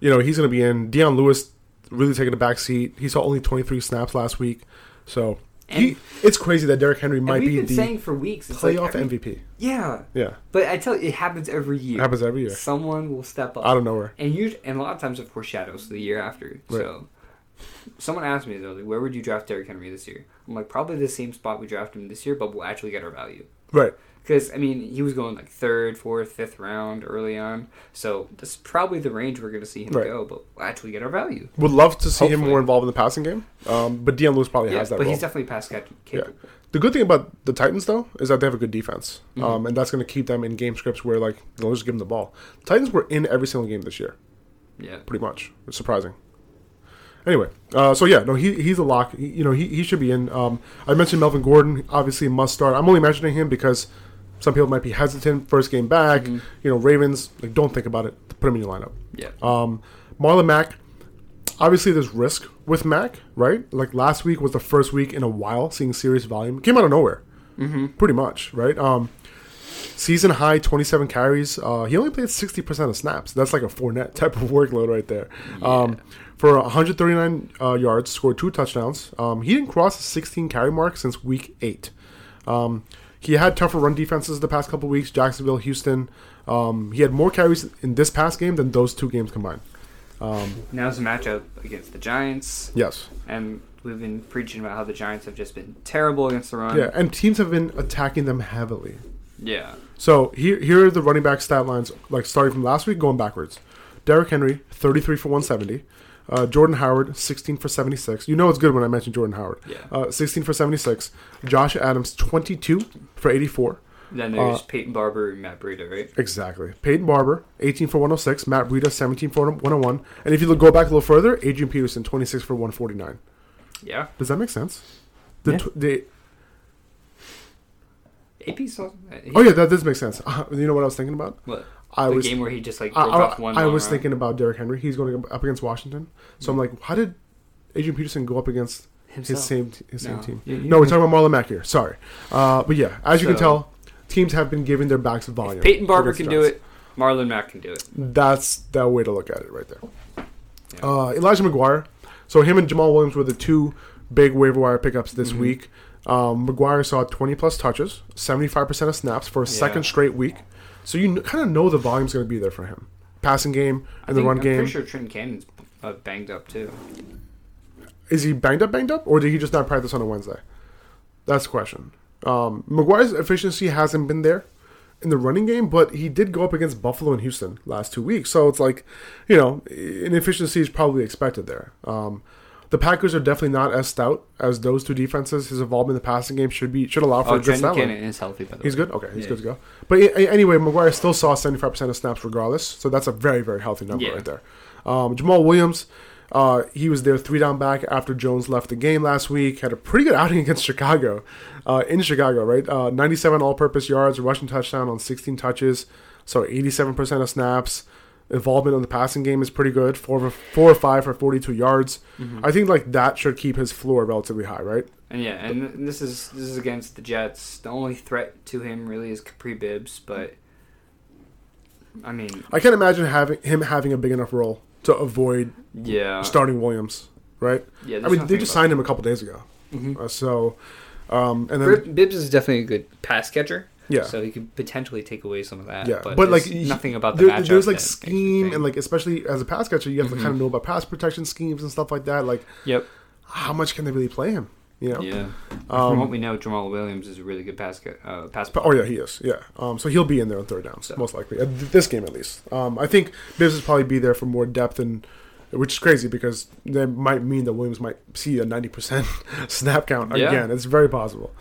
Speaker 1: you know, he's going to be in. Deion Lewis really taking a back seat. He saw only twenty three snaps last week. So he,
Speaker 2: And-
Speaker 1: it's crazy that Derrick Henry
Speaker 2: And
Speaker 1: might
Speaker 2: we've
Speaker 1: be
Speaker 2: been
Speaker 1: the
Speaker 2: saying for weeks, it's like,
Speaker 1: playoff
Speaker 2: every-
Speaker 1: MVP.
Speaker 2: yeah,
Speaker 1: Yeah,
Speaker 2: but I tell you, it happens every
Speaker 1: it
Speaker 2: year.
Speaker 1: happens every year
Speaker 2: Someone will step up.
Speaker 1: out of nowhere.
Speaker 2: and you and a lot of times it foreshadows the year after.
Speaker 1: Right.
Speaker 2: So someone asked me though, like, where would you draft Derrick Henry this year? I'm like, probably the same spot we drafted him this year, but we'll actually get our value.
Speaker 1: Right.
Speaker 2: Because I mean, he was going like third, fourth, fifth round early on, so that's probably the range we're going to see him
Speaker 1: Right.
Speaker 2: go. But we'll actually get our value.
Speaker 1: Would love to see him
Speaker 2: Hopefully.
Speaker 1: more involved in the passing game. Um, but Deion Lewis probably
Speaker 2: Yeah,
Speaker 1: has that
Speaker 2: but
Speaker 1: role.
Speaker 2: he's definitely pass cap- capable.
Speaker 1: The good thing about the Titans, though, is that they have a good defense,
Speaker 2: Mm-hmm.
Speaker 1: um, and that's going to keep them in game scripts where like they'll just give them the ball. The Titans were in every single game this year,
Speaker 2: Yeah.
Speaker 1: pretty much. It's surprising. Anyway, uh, so yeah, no, he, he's a lock. He- you know, he, he should be in. Um, I mentioned Melvin Gordon, obviously a must start. I'm only mentioning him because some people might be hesitant first game back.
Speaker 2: Mm-hmm.
Speaker 1: You know, Ravens like don't think about it. Put him in your lineup.
Speaker 2: yeah,
Speaker 1: Um, Marlon Mack, obviously there's risk with Mack, right? Like last week was the first week in a while seeing serious volume. Came out of nowhere, mm-hmm. pretty much, right? Um, season high 27 carries. Uh, he only played 60% of snaps. That's like a four net type of workload right there. Um, for 139 uh, yards, scored two touchdowns. Um, he didn't cross the 16 carry mark since week eight. Um, he had tougher run defenses the past couple weeks. Jacksonville, Houston. Um, he had more carries in this past game than those two games combined.
Speaker 2: now's the matchup against the Giants,
Speaker 1: Yes.
Speaker 2: and we've been preaching about how the Giants have just been terrible against the run.
Speaker 1: Yeah, and teams have been attacking them heavily.
Speaker 2: yeah.
Speaker 1: So here, here are the running back stat lines, like starting from last week, going backwards. Derrick Henry, 33 for 170. Uh, Jordan Howard, 16 for 76. You know it's good when I mention Jordan Howard.
Speaker 2: Yeah.
Speaker 1: Uh, 16 for 76. Josh Adams, 22 for 84.
Speaker 2: Then
Speaker 1: Uh,
Speaker 2: there's Peyton Barber and Matt Breida, right?
Speaker 1: Exactly. Peyton Barber, 18 for 106. Matt Breida, 17 for 101. And if you look, go back a little further, Adrian Peterson, 26 for 149.
Speaker 2: Yeah.
Speaker 1: Does that make sense? The
Speaker 2: Yeah.
Speaker 1: tw- the,
Speaker 2: AP saw. He,
Speaker 1: oh, yeah, that does make sense. Uh, you know what I was thinking about?
Speaker 2: What?
Speaker 1: I
Speaker 2: the
Speaker 1: was
Speaker 2: game where he just like
Speaker 1: I,
Speaker 2: broke off one.
Speaker 1: I, I
Speaker 2: long
Speaker 1: was
Speaker 2: run.
Speaker 1: thinking about Derrick Henry. He's going up against Washington. So I'm like, how did Adrian Peterson go up against his
Speaker 2: Himself.
Speaker 1: same his same
Speaker 2: No.
Speaker 1: team?
Speaker 2: You- you
Speaker 1: no, we're
Speaker 2: can-
Speaker 1: talking about Marlon Mack here. Sorry, uh, but yeah, as you can
Speaker 2: So-
Speaker 1: tell, teams have been giving their backs volume.
Speaker 2: If Peyton Barber
Speaker 1: against the
Speaker 2: can do
Speaker 1: Giants.
Speaker 2: it. Marlon Mack can do it.
Speaker 1: That's that way to look at it right there.
Speaker 2: Yeah.
Speaker 1: Uh, Elijah McGuire. So him and Jamal Williams were the two big waiver wire pickups this
Speaker 2: Mm-hmm.
Speaker 1: week. Um, McGuire saw 20 plus touches, 75% of snaps for a second
Speaker 2: Yeah.
Speaker 1: straight week. So you kn- kind of know the volume's going to be there for him. Passing game
Speaker 2: I
Speaker 1: and the
Speaker 2: think-
Speaker 1: run
Speaker 2: I'm
Speaker 1: game.
Speaker 2: pretty sure Trent Cannon's uh, banged up too.
Speaker 1: Is he banged up, banged up, or did he just not practice on a Wednesday? That's the question. Um, McGuire's efficiency hasn't been there in the running game, but he did go up against Buffalo and Houston last two weeks. So it's like, you know, inefficiency is probably expected there. Um, the Packers are definitely not as stout as those two defenses. His involvement in the passing game should be should allow for
Speaker 2: Oh,
Speaker 1: a good
Speaker 2: Trent
Speaker 1: stat line.
Speaker 2: Cannon is healthy by the
Speaker 1: He's
Speaker 2: way.
Speaker 1: good. Okay, he's
Speaker 2: Yeah.
Speaker 1: good to go. But a- a- anyway, McGuire still saw seventy five percent of snaps regardless, so that's a very very healthy number
Speaker 2: Yeah.
Speaker 1: right there. Um, Jamal Williams, uh, he was their three down back after Jones left the game last week. Had a pretty good outing against Chicago, uh, in Chicago, right? Uh, ninety seven all purpose yards, a rushing touchdown on sixteen touches, so eighty seven percent of snaps. Involvement in the passing game is pretty good. Four, for- four or five for forty-two yards.
Speaker 2: Mm-hmm.
Speaker 1: I think like that should keep his floor relatively high, right?
Speaker 2: And yeah, and th- this is this is against the Jets. The only threat to him really is Capri Bibbs, but I mean,
Speaker 1: I can't imagine having him having a big enough role to avoid
Speaker 2: yeah,
Speaker 1: starting Williams, right?
Speaker 2: yeah.
Speaker 1: I mean, they just signed him a couple days ago,
Speaker 2: hmm
Speaker 1: uh, so um, and then
Speaker 2: Bibbs is definitely a good pass catcher.
Speaker 1: yeah,
Speaker 2: So he could potentially take away some of that.
Speaker 1: yeah. But,
Speaker 2: but,
Speaker 1: like
Speaker 2: there's nothing about the
Speaker 1: there-
Speaker 2: matchup.
Speaker 1: There's like
Speaker 2: that makes me
Speaker 1: scheme
Speaker 2: think-
Speaker 1: and like especially as a pass catcher, you have
Speaker 2: Mhm.
Speaker 1: to kind of know about pass protection schemes and stuff like that. Like
Speaker 2: Yep.
Speaker 1: how much can they really play him? You know.
Speaker 2: Yeah. From
Speaker 1: Um,
Speaker 2: what we know, Jamal Williams is a really good pass ca- uh, pass.
Speaker 1: But- oh yeah, he is. Yeah. Um, so he'll be in there on third downs,
Speaker 2: So-
Speaker 1: most likely. Uh, th- this game at least. Um, I think Bibbs will probably be there for more depth and, which is crazy because that might mean that Williams might see a ninety percent snap count
Speaker 2: Yeah.
Speaker 1: again. It's very possible.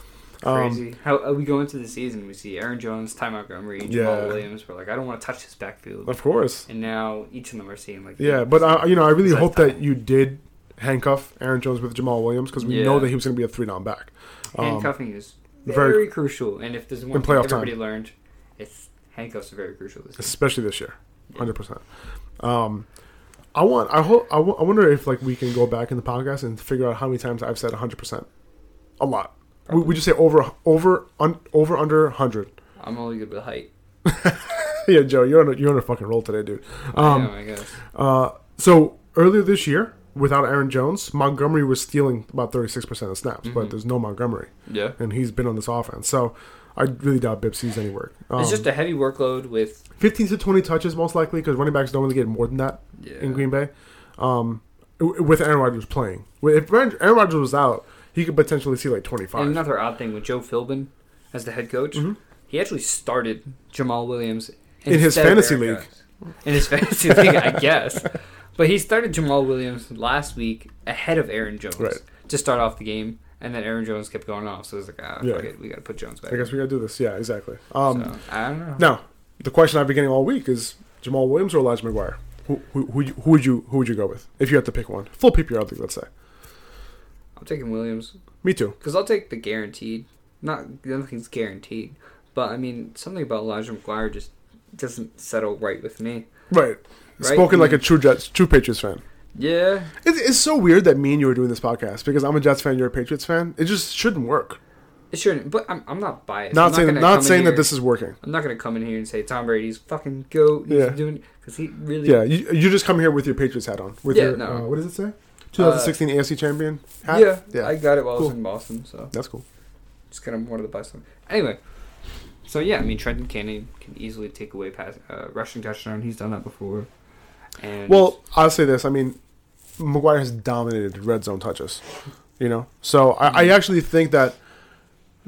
Speaker 1: Um,
Speaker 2: Crazy. How uh, we go into the season, we see Aaron Jones, Ty Montgomery, Jamal
Speaker 1: Yeah.
Speaker 2: Williams. We're like, I don't want to touch this backfield.
Speaker 1: Of course.
Speaker 2: And now each of them are seeing like
Speaker 1: Yeah, but I, you know, I really
Speaker 2: Besides
Speaker 1: hope
Speaker 2: Ty.
Speaker 1: that you did handcuff Aaron Jones with Jamal Williams because we
Speaker 2: Yeah.
Speaker 1: know that he was going to be a three down back. Um,
Speaker 2: handcuffing is
Speaker 1: very-
Speaker 2: very, crucial. And if there's one
Speaker 1: In
Speaker 2: thing
Speaker 1: playoff
Speaker 2: everybody learned, it's handcuffs are very crucial. This season.
Speaker 1: especially this year,
Speaker 2: Yeah.
Speaker 1: hundred percent. Um, I want. I hope. I wo- I wonder if like we can go back in the podcast and figure out how many times I've said hundred percent. A lot. We, we just say over, over, un, over, under hundred.
Speaker 2: I'm only good with height.
Speaker 1: yeah, Joe, you're on a, you're on a fucking roll today, dude. Um,
Speaker 2: yeah, I guess.
Speaker 1: Uh, so earlier this year, without Aaron Jones, Montgomery was stealing about thirty six percent of snaps, but
Speaker 2: Mhm.
Speaker 1: there's no Montgomery.
Speaker 2: Yeah.
Speaker 1: and he's been on this offense. So I really doubt Bibb sees any work. Um,
Speaker 2: it's just a heavy workload with
Speaker 1: 15 to 20 touches most likely because running backs don't really get more than that
Speaker 2: yeah.
Speaker 1: in Green Bay. Um, w- with Aaron Rodgers playing, if Aaron Aaron Rodgers was out, he could potentially see like 25.
Speaker 2: And another odd thing with Joe Philbin as the head coach,
Speaker 1: Mhm.
Speaker 2: he actually started Jamal Williams
Speaker 1: In his
Speaker 2: instead of
Speaker 1: fantasy
Speaker 2: Aaron
Speaker 1: league.
Speaker 2: Jones. In his fantasy league, I guess. But he started Jamal Williams last week ahead of Aaron Jones
Speaker 1: Right.
Speaker 2: to start off the game, and then Aaron Jones kept going off. So it was like, ah,
Speaker 1: Yeah.
Speaker 2: fuck it, we got to put Jones back.
Speaker 1: I guess we gotta do this. Yeah, exactly. Um,
Speaker 2: so, I don't know.
Speaker 1: Now the question I've been getting all week is Jamal Williams or Elijah McGuire. Who, who, who, you- who would you who would you go with if you had to pick one? Full PPR league, let's say.
Speaker 2: I'm taking Williams
Speaker 1: Me too.
Speaker 2: because I'll take the guaranteed. Not nothing's guaranteed, but I mean something about Elijah McGuire just doesn't settle right with me.
Speaker 1: Right.
Speaker 2: Right?
Speaker 1: Spoken
Speaker 2: I
Speaker 1: like a
Speaker 2: mean-
Speaker 1: true Jets, true Patriots fan.
Speaker 2: Yeah,
Speaker 1: It's, it's so weird that me and you are doing this podcast because I'm a Jets fan, you're a Patriots fan. It just shouldn't work.
Speaker 2: it shouldn't. But I'm, I'm not biased.
Speaker 1: Not
Speaker 2: I'm
Speaker 1: saying
Speaker 2: gonna
Speaker 1: not,
Speaker 2: come in
Speaker 1: saying that
Speaker 2: here-
Speaker 1: this is working.
Speaker 2: I'm not gonna come in here and say Tom Brady's fucking goat. He's
Speaker 1: Yeah.
Speaker 2: doing because he really.
Speaker 1: Yeah, you, you just come here with your Patriots hat on. With
Speaker 2: Yeah,
Speaker 1: your,
Speaker 2: no.
Speaker 1: uh, what does it say? 2016 AFC champion hat.
Speaker 2: Yeah,
Speaker 1: yeah,
Speaker 2: I got it while I
Speaker 1: Cool.
Speaker 2: was in Boston, so
Speaker 1: that's cool.
Speaker 2: just kind of wanted to buy some. Anyway, so yeah, I mean Trenton Cannon can easily take away pass uh, rushing touchdown. He's done that before. And
Speaker 1: Well, I'll say this. I mean, McGuire has dominated red zone touches. You know, so I, I actually think that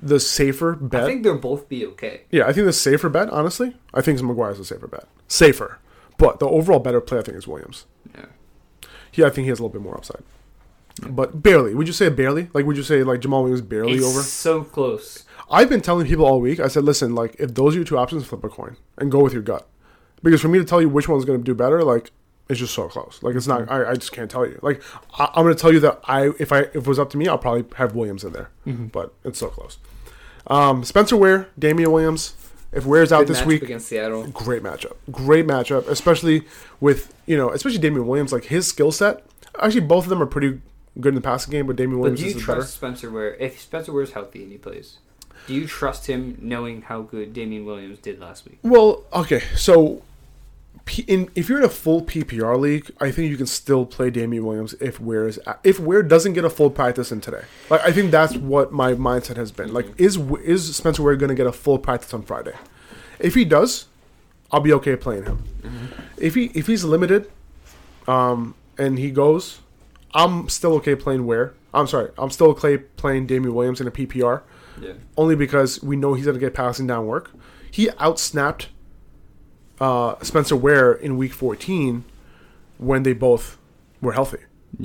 Speaker 1: the safer bet.
Speaker 2: Mm-hmm. I think they'll both be okay.
Speaker 1: yeah, I think the safer bet. Honestly, I think McGuire's the safer bet. Safer, but the overall better play I think is Williams.
Speaker 2: Yeah.
Speaker 1: Yeah, I think he has a little bit more upside. But barely. Would you say barely? Like, would you say like Jamal Williams barely
Speaker 2: It's
Speaker 1: over?
Speaker 2: so close.
Speaker 1: I've been telling people all week. I said, listen, like if those are your two options, flip a coin and go with your gut, because for me to tell you which one's going to do better, like it's just so close. Like it's not.
Speaker 2: Mm-hmm.
Speaker 1: I, I just can't tell you. Like I, I'm going to tell you that I if I if it was up to me, I'll probably have Williams in there,
Speaker 2: Mm-hmm.
Speaker 1: but it's so close. Um, Spencer Ware, Damian Williams. If Ware's out
Speaker 2: Good
Speaker 1: this
Speaker 2: matchup
Speaker 1: week,
Speaker 2: against Seattle.
Speaker 1: great matchup. Great matchup, especially with you know, especially Damian Williams. Like his skill set, actually, both of them are pretty good in the passing game, but Damian
Speaker 2: But
Speaker 1: Williams
Speaker 2: do you
Speaker 1: is
Speaker 2: trust
Speaker 1: better.
Speaker 2: Spencer Ware? If Spencer Ware's healthy and he plays, do you trust him knowing how good Damien Williams did last week?
Speaker 1: Well, okay, so P- in, if you're in a full PPR league, I think you can still play Damian Williams if Ware is a- if Ware doesn't get a full practice in today. Like I think that's what my mindset has been. Like is W- is Spencer Ware going to get a full practice on Friday? If he does, I'll be okay playing him. If he if he's limited, um, and he goes, I'm still okay playing Ware. I'm sorry, I'm still okay playing Damian Williams in a PPR
Speaker 2: Yeah.
Speaker 1: only because we know he's going to get passing down work. He outsnapped uh, Spencer Ware in Week 14 when they both were healthy.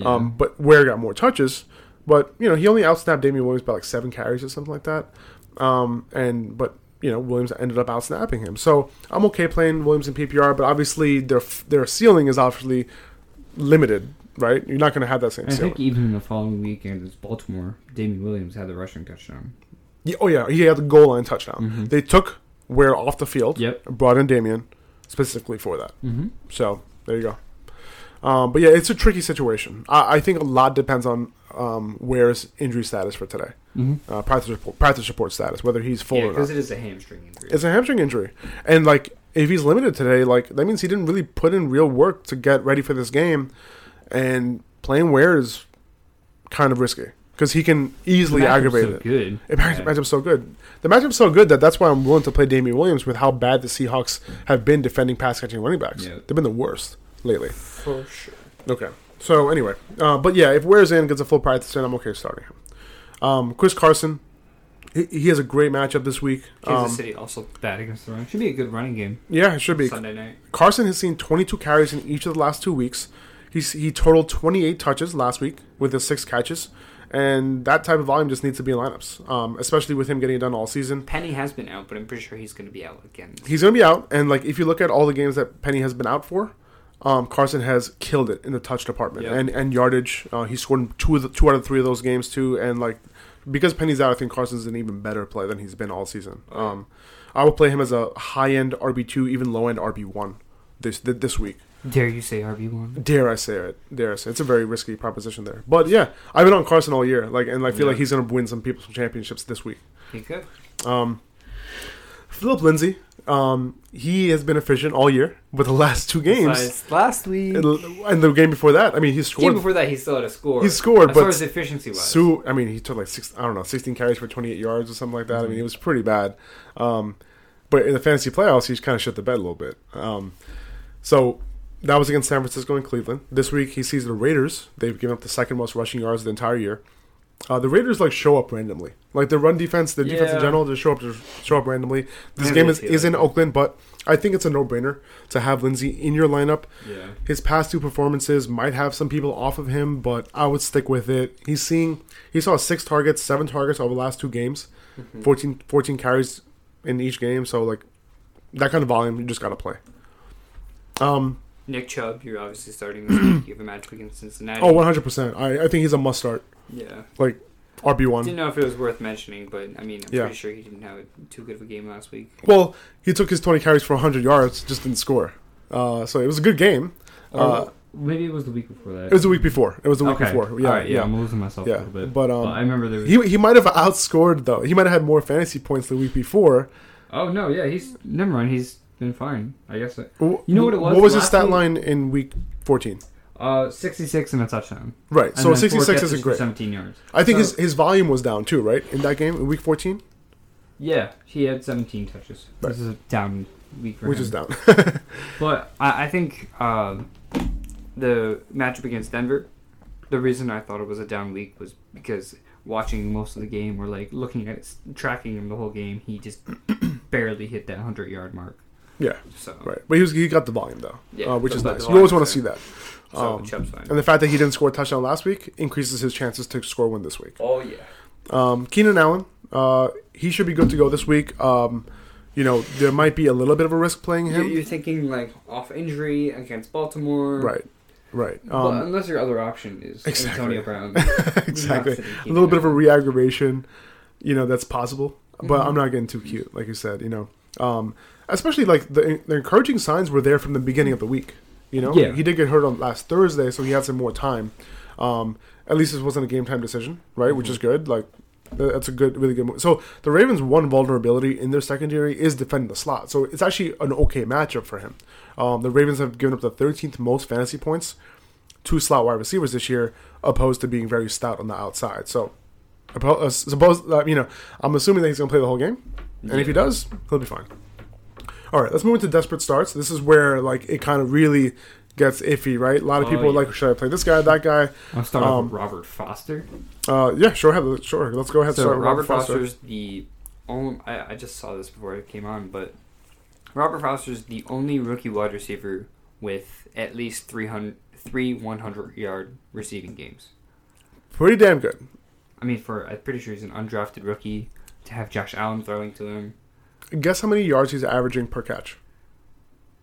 Speaker 1: Um, but Ware got more touches, but you know he only outsnapped Damian Williams by like seven carries or something like that. Um, and but you know Williams ended up outsnapping him, so I'm okay playing Williams in PPR. But obviously their their ceiling is obviously limited, right? You're not going to have that same
Speaker 2: I
Speaker 1: ceiling.
Speaker 2: think even in the following week against Baltimore, Damien Williams had the rushing touchdown.
Speaker 1: Yeah, oh yeah, he had the goal line touchdown.
Speaker 2: Mhm.
Speaker 1: They took Ware off the field.
Speaker 2: Yep.
Speaker 1: Brought in Damien specifically for that.
Speaker 2: Mm-hmm.
Speaker 1: So there you go. Um, but yeah, it's a tricky situation. I, I think a lot depends on um, Ware's injury status for today,
Speaker 2: Mm-hmm.
Speaker 1: uh, practice report, practice report status, whether he's full
Speaker 2: Yeah,
Speaker 1: or not.
Speaker 2: because it is a hamstring injury.
Speaker 1: It's a hamstring injury, and like if he's limited today, like that means he didn't really put in real work to get ready for this game, and playing Ware is kind of risky because he can easily
Speaker 2: Matchup's
Speaker 1: aggravate
Speaker 2: so
Speaker 1: it.
Speaker 2: Good.
Speaker 1: It match,
Speaker 2: Yeah.
Speaker 1: matchup's so good. The matchup's so good that that's why I'm willing to play Damian Williams with how bad the Seahawks have been defending pass catching running backs.
Speaker 2: Yeah.
Speaker 1: They've been the worst lately.
Speaker 2: For sure.
Speaker 1: Okay. So anyway, uh, but yeah, if Ware's in gets a full practice in, I'm okay starting him. Um, Chris Carson, he, he has a great matchup this week.
Speaker 2: Kansas
Speaker 1: Um,
Speaker 2: City also bad against the run. Should be a good running game
Speaker 1: yeah, it should be.
Speaker 2: Sunday night.
Speaker 1: Carson has seen 22 carries in each of the last two weeks. He's, he totaled 28 touches last week with his six catches, and that type of volume just needs to be in lineups, um, especially with him getting it done all season.
Speaker 2: Penny has been out, but I'm pretty sure he's going to be out again.
Speaker 1: He's going to be out, and like if you look at all the games that Penny has been out for, um, Carson has killed it in the touch department
Speaker 2: Yeah.
Speaker 1: and and yardage. Uh, he scored in two of the, two out of three of those games too, and like because Penny's out, I think Carson's an even better play than he's been all season. Um, I would play him as a high end RB two, even low end RB one this this week.
Speaker 2: Dare you say RB one?
Speaker 1: Dare I say it? Dare I say it. it's a very risky proposition there. But yeah, I've been on Carson all year, like, and I feel
Speaker 2: Yeah.
Speaker 1: like he's going to win some people some championships this week.
Speaker 2: He could.
Speaker 1: Um, Philip Lindsay, um, he has been efficient all year, but the last two games
Speaker 2: Besides last week,
Speaker 1: and and the game before that, I mean, he
Speaker 2: game
Speaker 1: scored.
Speaker 2: before that, he still had a score.
Speaker 1: He scored,
Speaker 2: as
Speaker 1: but
Speaker 2: far as efficiency wise,
Speaker 1: Sue, I mean, he took like six, I don't know, sixteen carries for twenty-eight yards or something like that. I mean, it was pretty bad. Um, but in the fantasy playoffs, he's kind of shut the bed a little bit. Um, so that was against San Francisco and Cleveland. This week, he sees the Raiders. They've given up the second most rushing yards of the entire year. Uh, the Raiders like show up randomly, like their run defense, their defense in
Speaker 2: Yeah.
Speaker 1: general, just show up, just show up randomly. This
Speaker 2: Maybe
Speaker 1: game
Speaker 2: they
Speaker 1: is,
Speaker 2: feel
Speaker 1: is
Speaker 2: it.
Speaker 1: in Oakland, but I think it's a no-brainer to have Lindsey in your lineup.
Speaker 2: yeah,
Speaker 1: His past two performances might have some people off of him, but I would stick with it. He's seeing he saw six targets, seven targets over the last two games, fourteen fourteen 14, carries in each game. So like that kind of volume, you just gotta play. Um,
Speaker 2: Nick Chubb, you're obviously starting this week. You have a match against Cincinnati.
Speaker 1: oh, 100. percent I I think he's a must start
Speaker 2: yeah.
Speaker 1: RB
Speaker 2: Didn't
Speaker 1: one.
Speaker 2: know if it was worth mentioning, but I mean, I'm
Speaker 1: Yeah.
Speaker 2: pretty sure he didn't have too good of a game last week.
Speaker 1: Well, he took his 20 carries for 100 yards, just didn't score. Uh, so it was a good game. Uh,
Speaker 2: Oh, maybe it was the week before that.
Speaker 1: it was the week before. It was the week before. Yeah, yeah,
Speaker 2: I'm losing myself
Speaker 1: yeah.
Speaker 2: a little bit.
Speaker 1: But um,
Speaker 2: But I remember there was.
Speaker 1: he he might have outscored though. He might have had more fantasy points the week before.
Speaker 2: oh no, yeah, he's never mind. He's been fine. I guess.
Speaker 1: You
Speaker 2: know what it was?
Speaker 1: What was his
Speaker 2: Last
Speaker 1: stat
Speaker 2: week-
Speaker 1: line in week 14?
Speaker 2: Uh, 66 and a touchdown.
Speaker 1: Right.
Speaker 2: And
Speaker 1: so
Speaker 2: then four
Speaker 1: 66
Speaker 2: catches
Speaker 1: isn't
Speaker 2: for
Speaker 1: great.
Speaker 2: 17 yards.
Speaker 1: I think
Speaker 2: so-
Speaker 1: his his volume was down too, right? In that game in week 14,
Speaker 2: Yeah, he had 17 touches.
Speaker 1: Right.
Speaker 2: This is a down week for
Speaker 1: which
Speaker 2: him.
Speaker 1: is down.
Speaker 2: But I, I think um, the matchup against Denver, the reason I thought it was a down week was because watching most of the game or like looking at it, tracking him the whole game, he just barely hit that 100 yard mark.
Speaker 1: yeah.
Speaker 2: So,
Speaker 1: Right. But he was he got the volume though.
Speaker 2: Yeah,
Speaker 1: uh, which
Speaker 2: but-
Speaker 1: is
Speaker 2: but
Speaker 1: nice.
Speaker 2: the
Speaker 1: You always
Speaker 2: volume's
Speaker 1: want to
Speaker 2: there.
Speaker 1: see that.
Speaker 2: so
Speaker 1: Um,
Speaker 2: Chubb's fine.
Speaker 1: And the fact that he didn't score a touchdown last week increases his chances to score one this week.
Speaker 2: Oh, yeah.
Speaker 1: Um, Keenan Allen, uh, he should be good to go this week. Um, you know, there might be a little bit of a risk playing
Speaker 2: You're,
Speaker 1: him.
Speaker 2: you're thinking like off injury against Baltimore.
Speaker 1: right. Right. Um,
Speaker 2: But unless your other option is
Speaker 1: Exactly.
Speaker 2: Antonio Brown.
Speaker 1: exactly. a little bit of a re-aggravation, you know, that's possible. But I'm not getting too cute, like you said, you know. Um, especially like the, the encouraging signs were there from the beginning of the week. You know,
Speaker 2: Yeah.
Speaker 1: he did get hurt on last Thursday, so he had some more time. Um, at least this wasn't a game time decision, right? Which is good. Like th- that's a good, really good move. So the Ravens' one vulnerability in their secondary is defending the slot, so it's actually an okay matchup for him. Um, the Ravens have given up the 13th most fantasy points two slot wide receivers this year, opposed to being very stout on the outside. So, oppo- uh, suppose uh, you know, I'm assuming that he's going to play the whole game, and if he does, he'll be fine. All right, let's move into desperate starts. This is where like it kind of really gets iffy, right? A lot of
Speaker 2: Oh,
Speaker 1: people are
Speaker 2: yeah.
Speaker 1: like, should I play this guy, that guy?
Speaker 2: I'll start off
Speaker 1: um,
Speaker 2: with Robert Foster.
Speaker 1: Uh, yeah, sure, have- sure. Let's go ahead. and
Speaker 2: So
Speaker 1: start with
Speaker 2: Robert Foster's the only. I, I just saw this before it came on, but Robert Foster's the only rookie wide receiver with at least 300, three 100 yard receiving games.
Speaker 1: Pretty damn good.
Speaker 2: I mean, for I'm pretty sure he's an undrafted rookie to have Josh Allen throwing to him.
Speaker 1: Guess how many yards he's averaging per catch?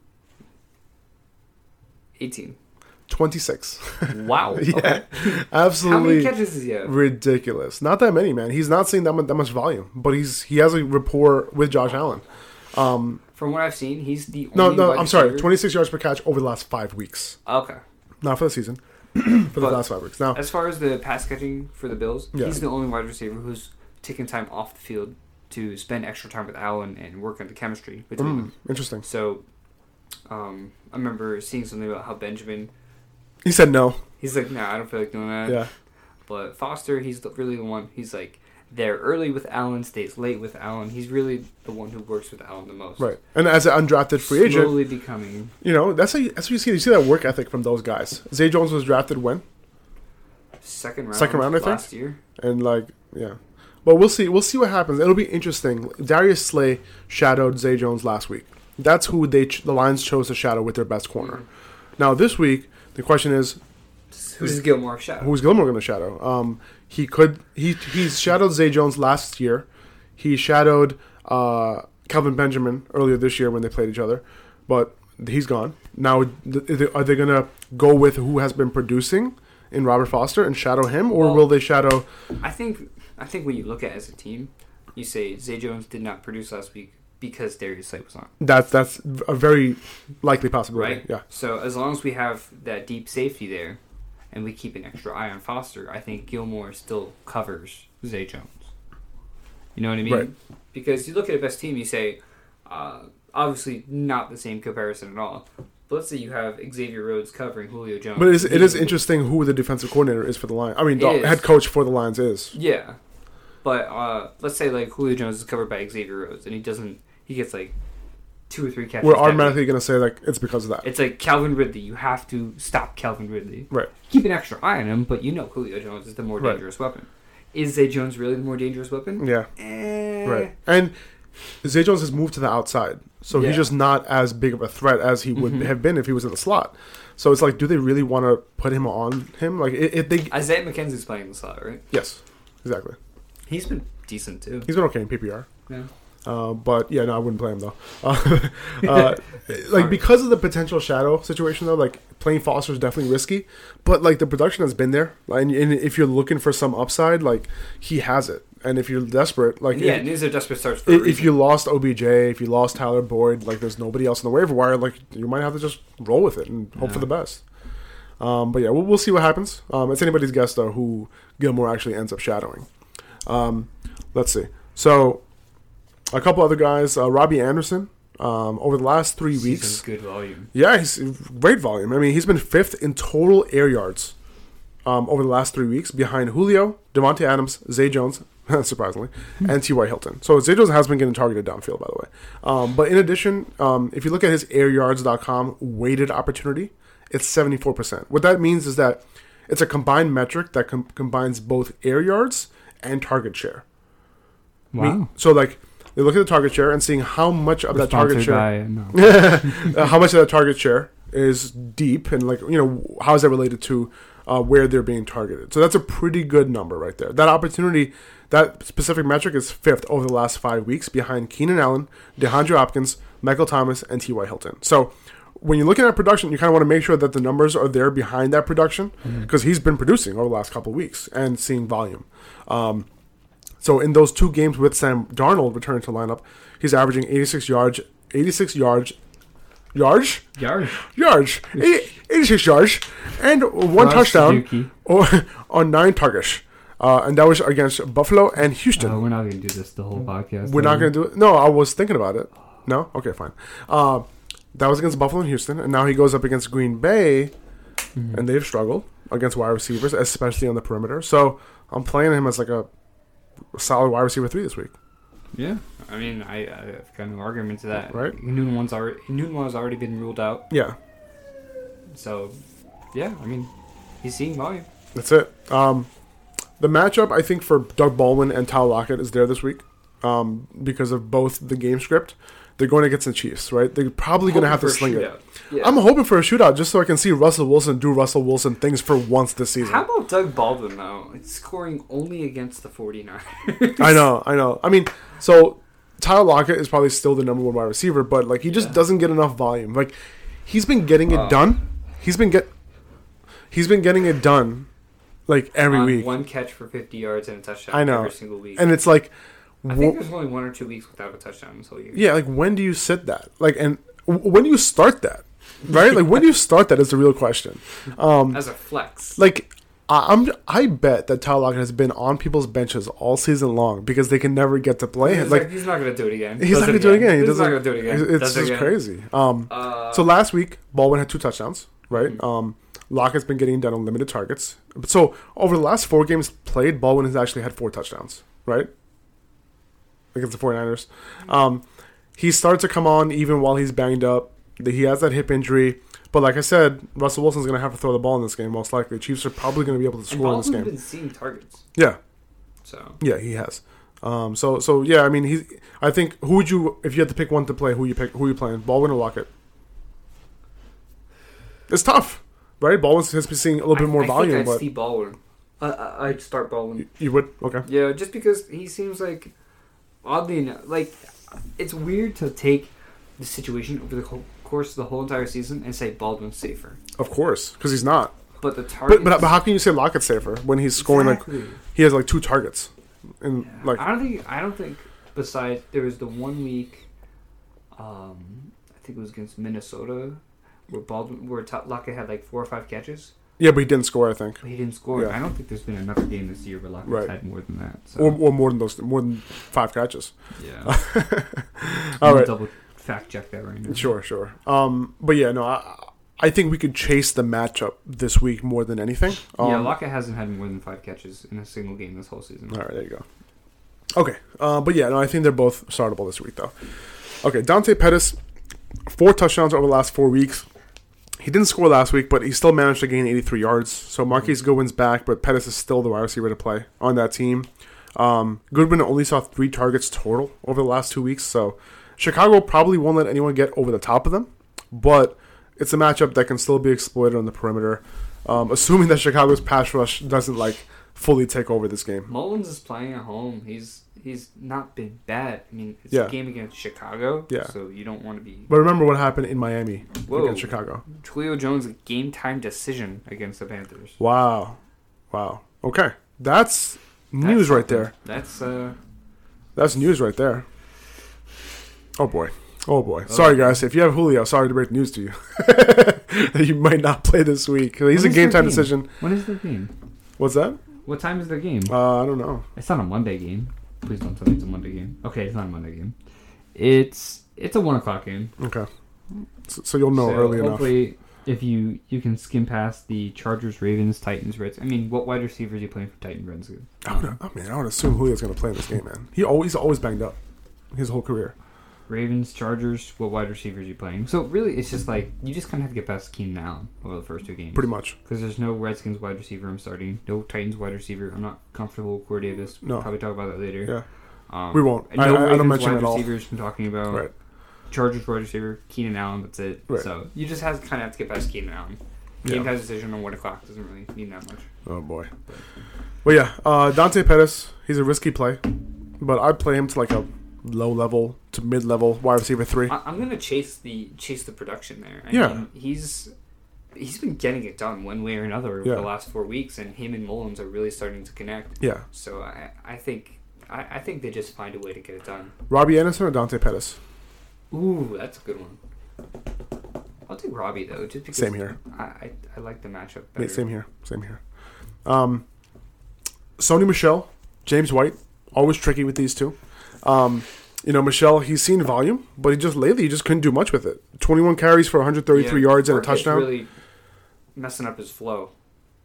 Speaker 2: 18.
Speaker 1: Twenty six.
Speaker 2: Wow.
Speaker 1: Yeah,
Speaker 2: Okay. How
Speaker 1: Absolutely.
Speaker 2: many catches does he have?
Speaker 1: ridiculous. Not that many, man. He's not seeing that much, that much volume, but he's he has a rapport with Josh Allen. Um,
Speaker 2: From what I've seen, he's the
Speaker 1: no,
Speaker 2: only
Speaker 1: no,
Speaker 2: wide
Speaker 1: I'm sorry,
Speaker 2: receiver-
Speaker 1: 26 yards per catch over the last five weeks,
Speaker 2: Okay.
Speaker 1: not for the season, for the
Speaker 2: But-
Speaker 1: last five weeks. Now,
Speaker 2: As far as the pass catching for the Bills,
Speaker 1: Yeah.
Speaker 2: he's the only wide receiver who's taking time off the field to spend extra time with Allen and work on the chemistry between
Speaker 1: mm,
Speaker 2: them.
Speaker 1: interesting.
Speaker 2: So, um, I remember seeing something about how Benjamin,
Speaker 1: He said no.
Speaker 2: he's like, no, I don't feel like doing that.
Speaker 1: Yeah,
Speaker 2: But Foster, he's the, really the one. He's like, there early with Allen, stays late with Allen. He's really the one who works with Allen the most.
Speaker 1: Right. And as an undrafted free agent,
Speaker 2: Slowly becoming.
Speaker 1: you know, that's how you, that's what you see. You see that work ethic from those guys. Zay Jones was drafted when?
Speaker 2: Second round.
Speaker 1: Second round, I think?
Speaker 2: Last year.
Speaker 1: and like yeah but we'll see we'll see what happens it'll be interesting darius slay shadowed zay jones last week that's who they ch- the lions chose to shadow with their best corner now this week the question is
Speaker 2: Who does Gilmore shout?
Speaker 1: who's gilmore going to shadow um he could he he shadowed zay jones last year he shadowed uh calvin benjamin earlier this year when they played each other but he's gone now th- th- are they going to go with who has been producing in robert foster and shadow him or
Speaker 2: Well-
Speaker 1: will they shadow
Speaker 2: I think I think when you look at it as a team, you say Zay Jones did not produce last week because Darius Slay was on.
Speaker 1: That's that's a very likely possibility.
Speaker 2: Right?
Speaker 1: Yeah.
Speaker 2: So as long as we have that deep safety there and we keep an extra eye on Foster, I think Gilmore still covers Zay Jones. You know what I mean?
Speaker 1: Right.
Speaker 2: Because you look at a best team, you say, uh, obviously not the same comparison at all. But let's say you have Xavier Rhodes covering Julio Jones.
Speaker 1: But it is, it is interesting who the defensive coordinator is for the Lions. I mean, the
Speaker 2: It is.
Speaker 1: head coach for the Lions is.
Speaker 2: Yeah. But uh, let's say like Julio Jones is covered by Xavier Rhodes and he doesn't he gets like two or three catches.
Speaker 1: We're
Speaker 2: that week.
Speaker 1: automatically going to say like it's because of that.
Speaker 2: It's like Calvin Ridley. You have to stop Calvin Ridley.
Speaker 1: Right.
Speaker 2: Keep an extra eye on him, but you know Julio Jones is the more
Speaker 1: Right.
Speaker 2: dangerous weapon. Is Zay Jones really the more dangerous weapon?
Speaker 1: yeah.
Speaker 2: Eh,
Speaker 1: Mm. Right. And Zay Jones has moved to the outside, so
Speaker 2: Yeah. Mm-hmm.
Speaker 1: he's just not as big of a threat as he would have been if he was in the slot. So it's like, do they really want to put him on him? Like, i- if they
Speaker 2: Isaiah McKenzie's playing the slot, right?
Speaker 1: yes, exactly.
Speaker 2: He's been decent too.
Speaker 1: He's been okay in PPR.
Speaker 2: Yeah.
Speaker 1: Uh, but yeah, no, I wouldn't play him though. Uh, uh, like because of the potential shadow situation though, like playing Foster is definitely risky. But like the production has been there, Like, and, and if you're looking for some upside, like he has it. And if you're desperate, like
Speaker 2: yeah,
Speaker 1: if,
Speaker 2: and these are desperate starts for a
Speaker 1: if, if
Speaker 2: reason.
Speaker 1: you lost OBJ, if you lost Tyler Boyd, like there's nobody else on the waiver wire, like you might have to just roll with it and hope for
Speaker 2: Yeah.
Speaker 1: the best. Um, but yeah, we'll, we'll see what happens. Um, it's anybody's guess though who Gilmore actually ends up shadowing. Um, let's see. So a couple other guys, uh, Robbie Anderson. Um, over the last three
Speaker 2: He's
Speaker 1: weeks,
Speaker 2: in good volume.
Speaker 1: yeah, he's great volume. I mean, he's been fifth in total air yards um, over the last three weeks, behind Julio, Devontae Adams, Zay Jones, surprisingly, and T.Y. Hilton. So Zay Jones has been getting targeted downfield, by the way. Um, but in addition, um, if you look at his airyards.com weighted opportunity, it's 74%. What that means is that it's a combined metric that com- combines both air yards and target share. Me- so, like, they look at the target share and seeing how much of that target share uh, how much of that target share is deep and like you know how is that related to uh, where they're being targeted so that's a pretty good number right there that opportunity that specific metric is fifth over the last five weeks behind keenan allen deandre hopkins michael thomas and ty hilton so when you're looking at production you kind of want to make sure that the numbers are there behind that production because he's been producing over the last couple of weeks and seeing volume um, so in those two games with Sam Darnold returning to lineup, he's averaging 86 yards, 86 yards, yards,
Speaker 2: Yard.
Speaker 1: yards, 80 86 yards, and one
Speaker 2: Ross
Speaker 1: touchdown
Speaker 2: Suzuki.
Speaker 1: or, on nine targets. Uh, and that was against Buffalo and Houston.
Speaker 2: Uh, we're not going to do this the whole podcast.
Speaker 1: Mm. We're not going to do it. No, I was thinking about it. No? Okay, fine. Uh, that was against Buffalo and Houston, and now he goes up against Green Bay, and they've struggled against wide receivers, especially on the perimeter. So I'm playing him as like a solid wide receiver three this week.
Speaker 2: Yeah. I mean, I, I have got no argument to that.
Speaker 1: Right.
Speaker 2: Noon one's already Noon one's already been ruled out.
Speaker 1: Yeah,
Speaker 2: So, yeah. I mean, he's seeing volume.
Speaker 1: That's it. Um, the matchup, I think, for Doug Baldwin and Tal Lockett is there this week um, because of both the game script. They're going against the Chiefs, right? They're probably going to have to
Speaker 2: Hoping for a
Speaker 1: sling it.
Speaker 2: shootout. Yeah.
Speaker 1: I'm hoping for a shootout just so I can see Russell Wilson do Russell Wilson things for once this season.
Speaker 2: How about Doug Baldwin though? It's scoring only against the 49ers.
Speaker 1: I know, I know. I mean, so Tyler Lockett is probably still the number one wide receiver, but like he just
Speaker 2: Yeah.
Speaker 1: doesn't get enough volume. Like he's been getting it
Speaker 2: Wow.
Speaker 1: done. He's been get. He's been getting it done, like every
Speaker 2: On
Speaker 1: week,
Speaker 2: One catch for 50 yards and a touchdown
Speaker 1: I know.
Speaker 2: every single week.
Speaker 1: and it's like. wha-
Speaker 2: I think there's only one or two weeks without a touchdown this whole year.
Speaker 1: yeah like when do you sit that like and w- when do you start that right like when do you start that is the real question um
Speaker 2: As a flex.
Speaker 1: like I- i'm i bet that Tyler Lockett has been on people's benches all season long because they can never get to play him
Speaker 2: he's,
Speaker 1: like
Speaker 2: he's not going to do it again.
Speaker 1: he's not
Speaker 2: Does
Speaker 1: gonna do it again he
Speaker 2: He's
Speaker 1: doesn't
Speaker 2: not going to do it again.
Speaker 1: it's- it's
Speaker 2: Does it
Speaker 1: just
Speaker 2: again.
Speaker 1: crazy um
Speaker 2: Uh,
Speaker 1: so last week baldwin had two touchdowns right
Speaker 2: Mhm.
Speaker 1: um Lockett's been getting done on limited targets. So over the last four games played, Baldwin has actually had four touchdowns. right? Against the 49ers. Um, he starts to come on even while he's banged up. He has that hip injury. But like I said, Russell Wilson's going to have to throw the ball in this game, most likely. Chiefs are probably going to be able to
Speaker 2: And
Speaker 1: score in this
Speaker 2: Baldwin's
Speaker 1: game.
Speaker 2: been seeing targets,
Speaker 1: Yeah,
Speaker 2: so
Speaker 1: yeah, he has. Um, so, so yeah, I mean, he's. I think who would you, if you had to pick one to play, who you pick, who you playing, Baldwin or Lockett? It's tough, right? Baldwin has been seeing a little bit more
Speaker 2: I, I
Speaker 1: volume,
Speaker 2: think I'd
Speaker 1: but
Speaker 2: see Baldwin. I, I, I'd start Baldwin.
Speaker 1: you, you would okay.
Speaker 2: Yeah, just because he seems like oddly enough, like it's weird to take the situation over the co- course of the whole entire season and say Baldwin's safer,
Speaker 1: Of course, because he's not.
Speaker 2: but the
Speaker 1: But,
Speaker 2: target.
Speaker 1: but but how can you say Lockett's safer when he's scoring like he has like two targets, and like
Speaker 2: I don't think I don't think. Besides, there was the one week, um, I think it was against Minnesota, where Baldwin, where T- Lockett had like four or five catches,
Speaker 1: yeah, but he didn't score. I think
Speaker 2: but he didn't score.
Speaker 1: Yeah.
Speaker 2: I don't think there's been another game this year where Lockett's
Speaker 1: Right.
Speaker 2: had more than that. So
Speaker 1: or, or more than those more than five catches.
Speaker 2: yeah, I'm
Speaker 1: All
Speaker 2: gonna
Speaker 1: right,
Speaker 2: double fact check that right now.
Speaker 1: Sure, sure. Um, but yeah, no, I, I think we could chase the matchup this week more than anything. Um,
Speaker 2: yeah, Lockett hasn't had more than five catches in a single game this whole season.
Speaker 1: all right, there you go. Okay, uh, but yeah, no, I think they're both startable this week, though. Okay, Dante Pettis, four touchdowns over the last four weeks. He didn't score last week, but he still managed to gain 83 yards. So Marquise Goodwin's back, but Pettis is still the wide receiver to play on that team. Um, Goodwin only saw three targets total over the last two weeks, so Chicago probably won't let anyone get over the top of them. But it's a matchup that can still be exploited on the perimeter, um, assuming that Chicago's pass rush doesn't like fully take over this game.
Speaker 2: Mullins is playing at home. He's he's not been bad. I mean, it's
Speaker 1: Yeah.
Speaker 2: a game against Chicago.
Speaker 1: Yeah.
Speaker 2: So you don't want to be.
Speaker 1: But remember what happened in Miami
Speaker 2: Whoa.
Speaker 1: against Chicago.
Speaker 2: Julio Jones a game time decision against the Panthers.
Speaker 1: Wow, wow. Okay, that's news
Speaker 2: That's
Speaker 1: right
Speaker 2: something.
Speaker 1: there.
Speaker 2: That's uh.
Speaker 1: That's news right there. Oh boy. Oh boy. Sorry guys, if you have Julio, sorry to break the news to you. That you might not play this week. He's
Speaker 2: When
Speaker 1: a
Speaker 2: is
Speaker 1: game
Speaker 2: their
Speaker 1: time decision.
Speaker 2: What is their game?
Speaker 1: What's that?
Speaker 2: What time is their game?
Speaker 1: Uh, I don't know.
Speaker 2: It's not a Monday game. Please don't tell me it's a Monday game. Okay, it's not a Monday game. It's it's a one o'clock game.
Speaker 1: Okay. So, so you'll know
Speaker 2: So
Speaker 1: early enough.
Speaker 2: hopefully, if you you can skim past the Chargers, Ravens, Titans, Reds. I mean, what wide receivers are you playing for Titan Reds?
Speaker 1: I would, I mean, I would assume Julio's going to play in this game, man. He always always banged up his whole career.
Speaker 2: Ravens, Chargers, what wide receivers you playing? So really, it's just like you just kind of have to get past Keenan Allen over the first two games.
Speaker 1: Pretty much.
Speaker 2: Because there's no Redskins wide receiver I'm starting, no Titans wide receiver. I'm not comfortable with Corey Davis. We'll
Speaker 1: No.
Speaker 2: probably talk about that later.
Speaker 1: Yeah.
Speaker 2: Um,
Speaker 1: We won't.
Speaker 2: and No
Speaker 1: I- I- I don't
Speaker 2: Ravens
Speaker 1: mention
Speaker 2: wide
Speaker 1: it at all.
Speaker 2: receivers I'm talking about.
Speaker 1: Right.
Speaker 2: Chargers wide receiver Keenan Allen. That's it.
Speaker 1: Right.
Speaker 2: So you just have to kind of have to get past Keenan Allen.
Speaker 1: Yeah.
Speaker 2: Game time decision on one o'clock doesn't really mean that much.
Speaker 1: Oh boy. Well, yeah, uh, Dante Pettis. He's a risky play, but I'd play him to like a low level to mid level wide receiver three.
Speaker 2: I, I'm gonna chase the chase the production there. I
Speaker 1: Yeah.
Speaker 2: mean, he's he's been getting it done one way or another over
Speaker 1: Yeah.
Speaker 2: the last four weeks, and him and Mullins are really starting to connect.
Speaker 1: Yeah.
Speaker 2: So I I think I, I think they just find a way to get it done.
Speaker 1: Robbie Anderson or Dante Pettis?
Speaker 2: Ooh, that's a good one. I'll take Robbie though, just because
Speaker 1: Same here.
Speaker 2: I I, I like the matchup
Speaker 1: Wait,
Speaker 2: better.
Speaker 1: Same here. Same here. Um, Sony Michelle, James White, always tricky with these two. Um, you know, Michelle, he's seen volume, but he just lately he just couldn't do much with it. 21 carries for 133
Speaker 2: Yeah,
Speaker 1: yards and a
Speaker 2: Burkhead's
Speaker 1: touchdown.
Speaker 2: Really messing up his flow.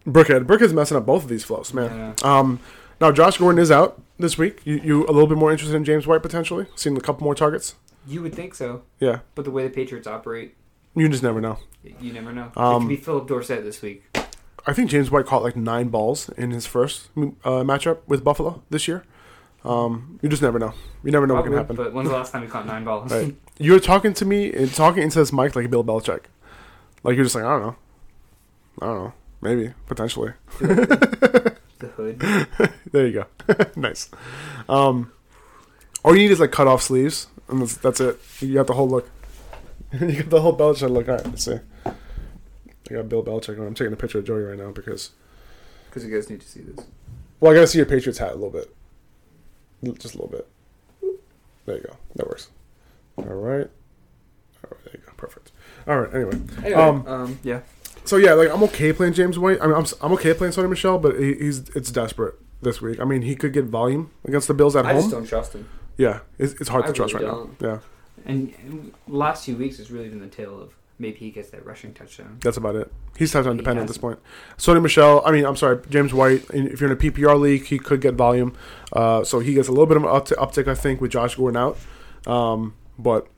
Speaker 1: Burkhead, Burkhead's messing up both of these flows, man.
Speaker 2: Yeah.
Speaker 1: Um, now Josh Gordon is out this week. You, you a little bit more interested in James White potentially? Seen a couple more targets?
Speaker 2: You would think so,
Speaker 1: Yeah,
Speaker 2: but the way the Patriots operate,
Speaker 1: you just never know.
Speaker 2: you never know. it
Speaker 1: Um,
Speaker 2: could be Philip Dorsett this week.
Speaker 1: I think James White caught like nine balls in his first uh, matchup with Buffalo this year. Um, you just never know. You never know what
Speaker 2: Probably,
Speaker 1: can happen.
Speaker 2: But when's the last time he caught nine balls?
Speaker 1: Right. You were talking to me and talking into this mic like Bill Belichick. Like you're just like, I don't know. I don't know. Maybe. Potentially.
Speaker 2: the hood.
Speaker 1: There you go. nice. Um all you need is like cut off sleeves and that's that's it. You got the whole look. you got the whole Belichick look. Alright, let's see. I got Bill Belichick on. I'm taking a picture of Joey right now because
Speaker 2: Because you guys need to see this.
Speaker 1: well, I gotta see your Patriots hat a little bit. L- Just a little bit. There you go. That works. Alright. Alright, there you go. Perfect. Alright, anyway.
Speaker 2: Anyway,
Speaker 1: Um,
Speaker 2: um, yeah.
Speaker 1: So yeah, like I'm okay playing James White. I mean, I'm, I'm okay playing Sonny Michelle, but he, he's it's desperate this week. I mean, he could get volume against the Bills at
Speaker 2: I just
Speaker 1: home.
Speaker 2: don't trust him.
Speaker 1: Yeah, it's, it's hard
Speaker 2: I
Speaker 1: to trust
Speaker 2: really
Speaker 1: right now. Yeah,
Speaker 2: And, and last few weeks has really been the tale of Maybe he gets that rushing touchdown.
Speaker 1: That's about it. He's touchdown
Speaker 2: He
Speaker 1: dependent at this point.
Speaker 2: hasn't.
Speaker 1: Sony Michelle, I mean, I'm sorry, James White. in- If you're in a PPR league, he could get volume. Uh, so he gets a little bit of an upti- uptick, I think, with Josh Gordon out. Um, but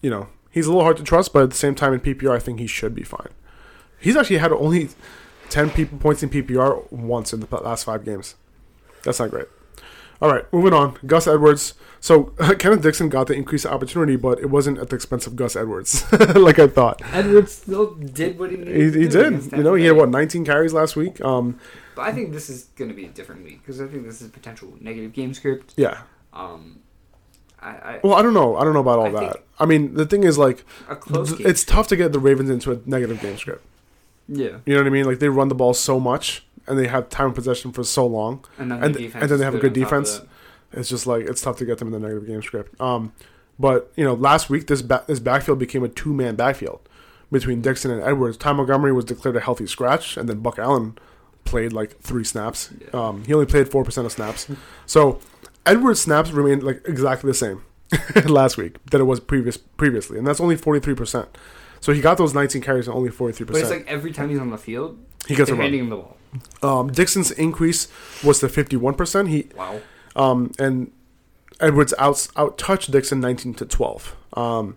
Speaker 1: you know, he's a little hard to trust. But at the same time, in PPR, I think he should be fine. He's actually had only ten people points in PPR once in the pa- last five games. That's not great. All right, moving on. Gus Edwards. So Kenneth Dixon got the increased opportunity, but it wasn't at the expense of Gus Edwards, like I thought.
Speaker 2: Edwards still did what he needed.
Speaker 1: He,
Speaker 2: to
Speaker 1: he
Speaker 2: do
Speaker 1: did.
Speaker 2: against
Speaker 1: You know, he
Speaker 2: Tampa
Speaker 1: had
Speaker 2: Bay.
Speaker 1: what 19 carries last week. Um,
Speaker 2: But I think this is going to be a different week because I think this is potential negative game script.
Speaker 1: yeah.
Speaker 2: Um, I, I
Speaker 1: Well, I don't know. I don't know about all
Speaker 2: I
Speaker 1: that.
Speaker 2: think-
Speaker 1: I mean, the thing is, like,
Speaker 2: a close
Speaker 1: th-
Speaker 2: game.
Speaker 1: it's tough to get the Ravens into a negative game script.
Speaker 2: yeah,
Speaker 1: You know what I mean? Like, they run the ball so much, and they have time of possession for so long.
Speaker 2: and then
Speaker 1: and-
Speaker 2: the defense
Speaker 1: and then they
Speaker 2: is
Speaker 1: have a good
Speaker 2: on top of
Speaker 1: defense.
Speaker 2: that.
Speaker 1: It's just like it's tough to get them in the negative game script. Um, but you know, last week this ba- this backfield became a two man backfield between Dixon and Edwards. Ty Montgomery was declared a healthy scratch, and then Buck Allen played like three snaps.
Speaker 2: Yeah.
Speaker 1: Um, he only played four percent of snaps, so Edwards' snaps remained like exactly the same last week that it was previous previously, and that's only forty three percent. So he got those 19 carries and only 43%.
Speaker 2: But it's like every time he's on the field,
Speaker 1: he gets a
Speaker 2: they're handing
Speaker 1: run.
Speaker 2: him the ball.
Speaker 1: Um, Dixon's increase was to 51%. He
Speaker 2: Wow.
Speaker 1: um, and Edwards out out touched Dixon nineteen to twelve. Um,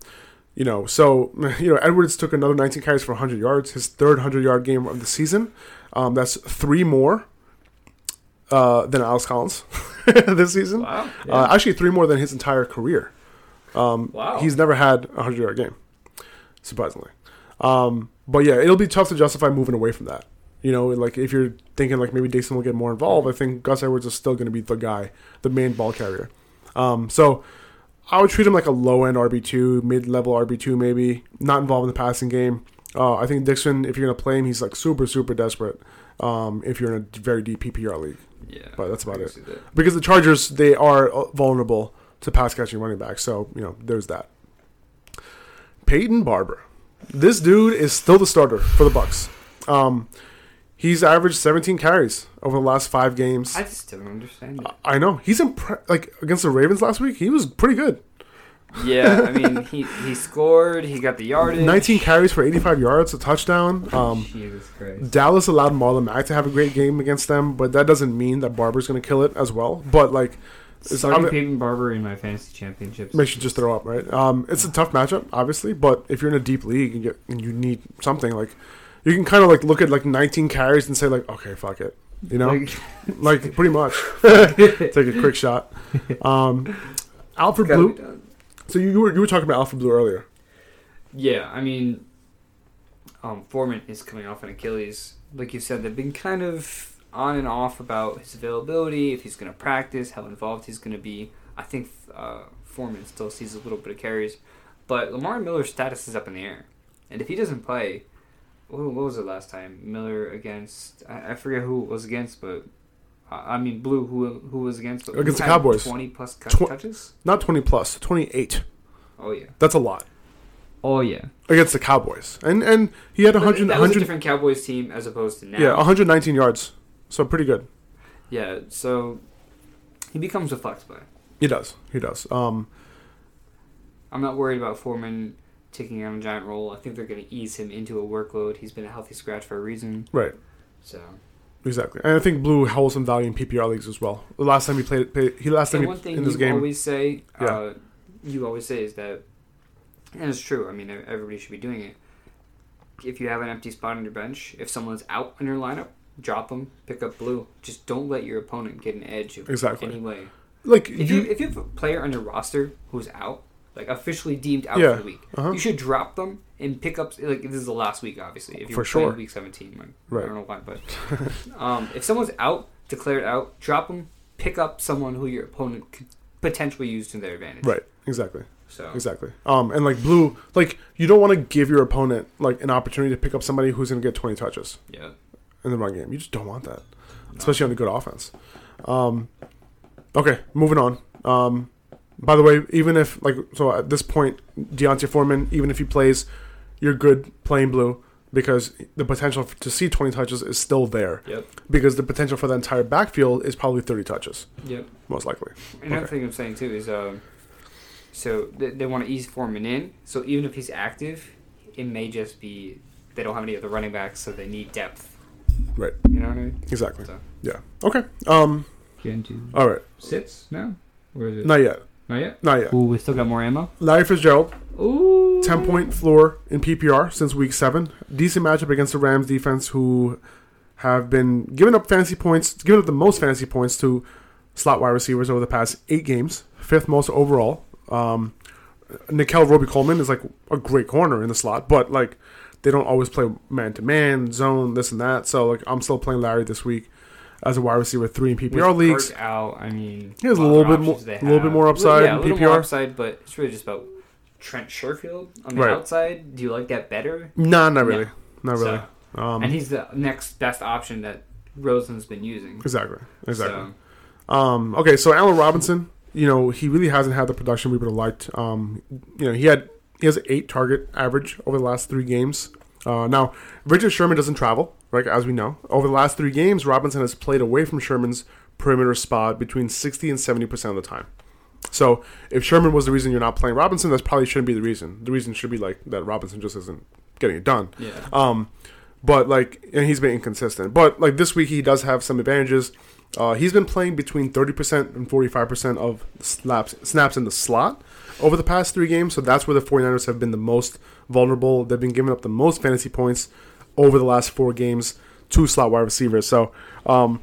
Speaker 1: you know, so you know Edwards took another nineteen carries for hundred yards, his third hundred yard game of the season. Um, that's three more uh, than Alex Collins this season.
Speaker 2: Wow.
Speaker 1: Uh, actually, three more than his entire career.
Speaker 2: wow.
Speaker 1: He's never had a hundred yard game, surprisingly. Um, but yeah, it'll be tough to justify moving away from that. You know, like if you're thinking like maybe Dixon will get more involved, I think Gus Edwards is still going to be the guy, the main ball carrier. Um, so I would treat him like a low end RB two, mid level RB two, maybe not involved in the passing game. Uh, I think Dixon, if you're going to play him, he's like super super desperate. Um, if you're in a very deep PPR league,
Speaker 2: yeah.
Speaker 1: but that's about
Speaker 2: I can
Speaker 1: it.
Speaker 2: see that.
Speaker 1: because the Chargers they are uh, vulnerable to pass catching running back. So you know, there's that. Peyton Barber, this dude is still the starter for the Bucks. Um, he's averaged 17 carries over the last five games.
Speaker 2: I
Speaker 1: I,
Speaker 2: just don't understand it.
Speaker 1: know he's impre- like against the Ravens last week. He was pretty good.
Speaker 2: yeah, I mean, he, he scored. He got the yardage.
Speaker 1: 19 carries for 85 yards, a touchdown. Um,
Speaker 2: Jesus Christ.
Speaker 1: Dallas allowed Marlon Mack to have a great game against them, but that doesn't mean that Barber's going to kill it as well. But like, it's-
Speaker 2: Starting
Speaker 1: I'm-
Speaker 2: Peyton Barber in my fantasy championships.
Speaker 1: makes you just throw up, right? Um, it's a tough matchup, obviously, but if you're in a deep league and, you and you need something, like you can kind of like look at like 19 carries and say like, okay, fuck it, you know, like,
Speaker 2: Like,
Speaker 1: pretty much take a quick shot. Um, Alfred
Speaker 2: gotta
Speaker 1: Blue.
Speaker 2: be done.
Speaker 1: So you, you were you were talking about Alfred Blue earlier.
Speaker 2: Yeah, I mean, um, Foreman is coming off an Achilles. Like you said, they've been kind of on and off about his availability, if he's going to practice, how involved he's going to be. I think uh, Foreman still sees a little bit of carries, but Lamar Miller's status is up in the air. And if he doesn't play, what, what was it last time? Miller against I, I forget who it was against, but I I mean Blue who who was against but
Speaker 1: Against the
Speaker 2: had
Speaker 1: Cowboys.
Speaker 2: twenty plus cut-
Speaker 1: Tw-
Speaker 2: touches.
Speaker 1: Not 20 plus, 28.
Speaker 2: Oh yeah,
Speaker 1: That's a lot
Speaker 2: oh yeah.
Speaker 1: against the Cowboys, and and he had 100,
Speaker 2: that was a
Speaker 1: 100
Speaker 2: different Cowboys team as opposed to now.
Speaker 1: yeah 119 yards, so pretty good.
Speaker 2: Yeah, so he becomes a flex player.
Speaker 1: He does, he does. Um,
Speaker 2: I'm not worried about Foreman taking on a giant role. I think they're going to ease him into a workload. He's been a healthy scratch for a reason.
Speaker 1: right.
Speaker 2: So
Speaker 1: Exactly, and I think Blue holds some value in PPR leagues as well. The last time he played, played he last time
Speaker 2: and
Speaker 1: he,
Speaker 2: one thing
Speaker 1: in
Speaker 2: you
Speaker 1: this game,
Speaker 2: always say,
Speaker 1: Yeah.
Speaker 2: uh, you always say is that, and it's true. I mean, e- everybody should be doing it. If you have an empty spot on your bench, if someone's out in your lineup, drop them, pick up Blue. Just don't let your opponent get an edge of
Speaker 1: Exactly.
Speaker 2: any way.
Speaker 1: like
Speaker 2: If
Speaker 1: you,
Speaker 2: you if you have a player on your roster who's out, like officially deemed out
Speaker 1: Yeah,
Speaker 2: for the week,
Speaker 1: uh-huh.
Speaker 2: you should drop them and pick up. Like this is the last week, obviously. If you're
Speaker 1: For
Speaker 2: playing
Speaker 1: sure.
Speaker 2: week seventeen, like,
Speaker 1: Right.
Speaker 2: I don't know why, but um, if someone's out, declared out, drop them, pick up someone who your opponent could potentially use to their advantage.
Speaker 1: right, exactly,
Speaker 2: So
Speaker 1: exactly. Um, and like Blue, like you don't want to give your opponent like an opportunity to pick up somebody who's going to get twenty touches
Speaker 2: yeah,
Speaker 1: in the run game. You just don't want that, especially on a good offense. Um, okay, moving on. Um, by the way, even if like so at this point, Deontay Foreman, even if he plays, you're good playing Blue because the potential to see twenty touches is still there.
Speaker 2: yep,
Speaker 1: because the potential for the entire backfield is probably 30 touches,
Speaker 2: yep.
Speaker 1: most likely.
Speaker 2: Another
Speaker 1: Okay.
Speaker 2: thing I'm saying too is um, so they, they want to ease Foreman in. So even if he's active, it may just be they don't have any other running backs, so they need depth.
Speaker 1: Right.
Speaker 2: You know what I mean?
Speaker 1: Exactly.
Speaker 2: So.
Speaker 1: Yeah. Okay. Um.
Speaker 2: Get into
Speaker 1: All right.
Speaker 2: sits now? Or is it
Speaker 1: Not yet.
Speaker 2: not yet?
Speaker 1: Not yet.
Speaker 2: Ooh, we still got more ammo.
Speaker 1: Larry Fitzgerald,
Speaker 2: Ooh.
Speaker 1: ten point floor in PPR since week seven. Decent matchup against the Rams defense, who have been giving up fantasy points, giving up the most fantasy points to slot wide receivers over the past eight games, fifth most overall. Um, Nikel Roby Coleman is like a great corner in the slot, but like they don't always play man to man, zone, this and that. So like I'm still playing Larry this week as a wide receiver three in
Speaker 2: With
Speaker 1: PPR
Speaker 2: Kirk
Speaker 1: leagues.
Speaker 2: out. I mean,
Speaker 1: He has a
Speaker 2: what
Speaker 1: little
Speaker 2: other
Speaker 1: bit more-
Speaker 2: options they
Speaker 1: little bit
Speaker 2: have?
Speaker 1: more upside
Speaker 2: Yeah, a
Speaker 1: in
Speaker 2: little more
Speaker 1: PPR.
Speaker 2: upside, but it's really just about Trent Sherfield on the
Speaker 1: Right.
Speaker 2: outside. Do you like that better?
Speaker 1: Nah, not really,
Speaker 2: Yeah.
Speaker 1: not really.
Speaker 2: So-
Speaker 1: um,
Speaker 2: and he's the next best option that Rosen's been using.
Speaker 1: exactly, exactly.
Speaker 2: So,
Speaker 1: Um, okay, so Allen Robinson, you know, he really hasn't had the production we would have liked. Um, you know, he had he has an eight target average over the last three games. Uh, now, Richard Sherman doesn't travel, right? As we know, over the last three games, Robinson has played away from Sherman's perimeter spot between sixty and seventy percent of the time. So, if Sherman was the reason you're not playing Robinson, that probably shouldn't be the reason. The reason should be like that Robinson just isn't getting it done.
Speaker 2: yeah.
Speaker 1: Um, but like, and he's been inconsistent. But like this week, he does have some advantages. Uh, he's been playing between thirty percent and forty-five percent of slaps snaps in the slot over the past three games. So that's where the 49ers have been the most vulnerable. They've been giving up the most fantasy points over the last four games to slot wide receivers. So um,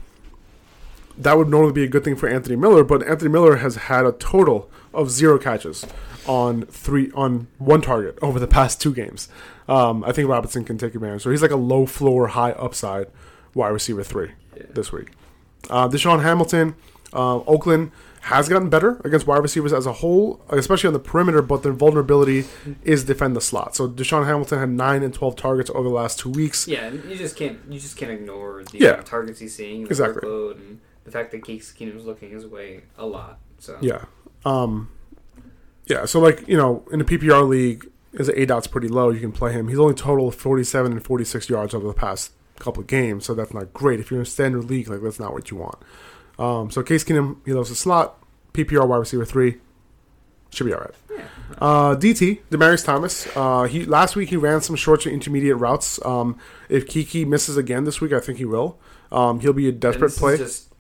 Speaker 1: that would normally be a good thing for Anthony Miller, but Anthony Miller has had a total of zero catches on three on one target over the past two games. Um, I think Robinson can take advantage. So he's like a low floor, high upside wide receiver three
Speaker 2: Yeah.
Speaker 1: this week. Uh, Deshaun Hamilton, uh, Oakland has gotten better against wide receivers as a whole, especially on the perimeter, but their vulnerability is defend the slot. So Deshaun Hamilton had nine and twelve targets over the last two weeks.
Speaker 2: Yeah, and you just can't you just can't ignore the
Speaker 1: Yeah.
Speaker 2: uh, targets he's seeing, the
Speaker 1: Exactly.
Speaker 2: workload, and the fact that Case Keenum's looking his way a lot. So
Speaker 1: Yeah. Um, yeah. So like you know, in the PPR league, his A dot's pretty low. You can play him. He's only total forty-seven and forty-six yards over the past couple of games, so that's not great. If you're in a standard league, like that's not what you want. Um, so Case Keenum, he loves the slot. PPR wide receiver three should be all right.
Speaker 2: Yeah.
Speaker 1: Uh, DT Demarius Thomas. Uh, he last week he ran some short to intermediate routes. Um, if Kiki misses again this week, I think he will. Um, he'll be a
Speaker 2: And
Speaker 1: desperate
Speaker 2: this is
Speaker 1: play.
Speaker 2: just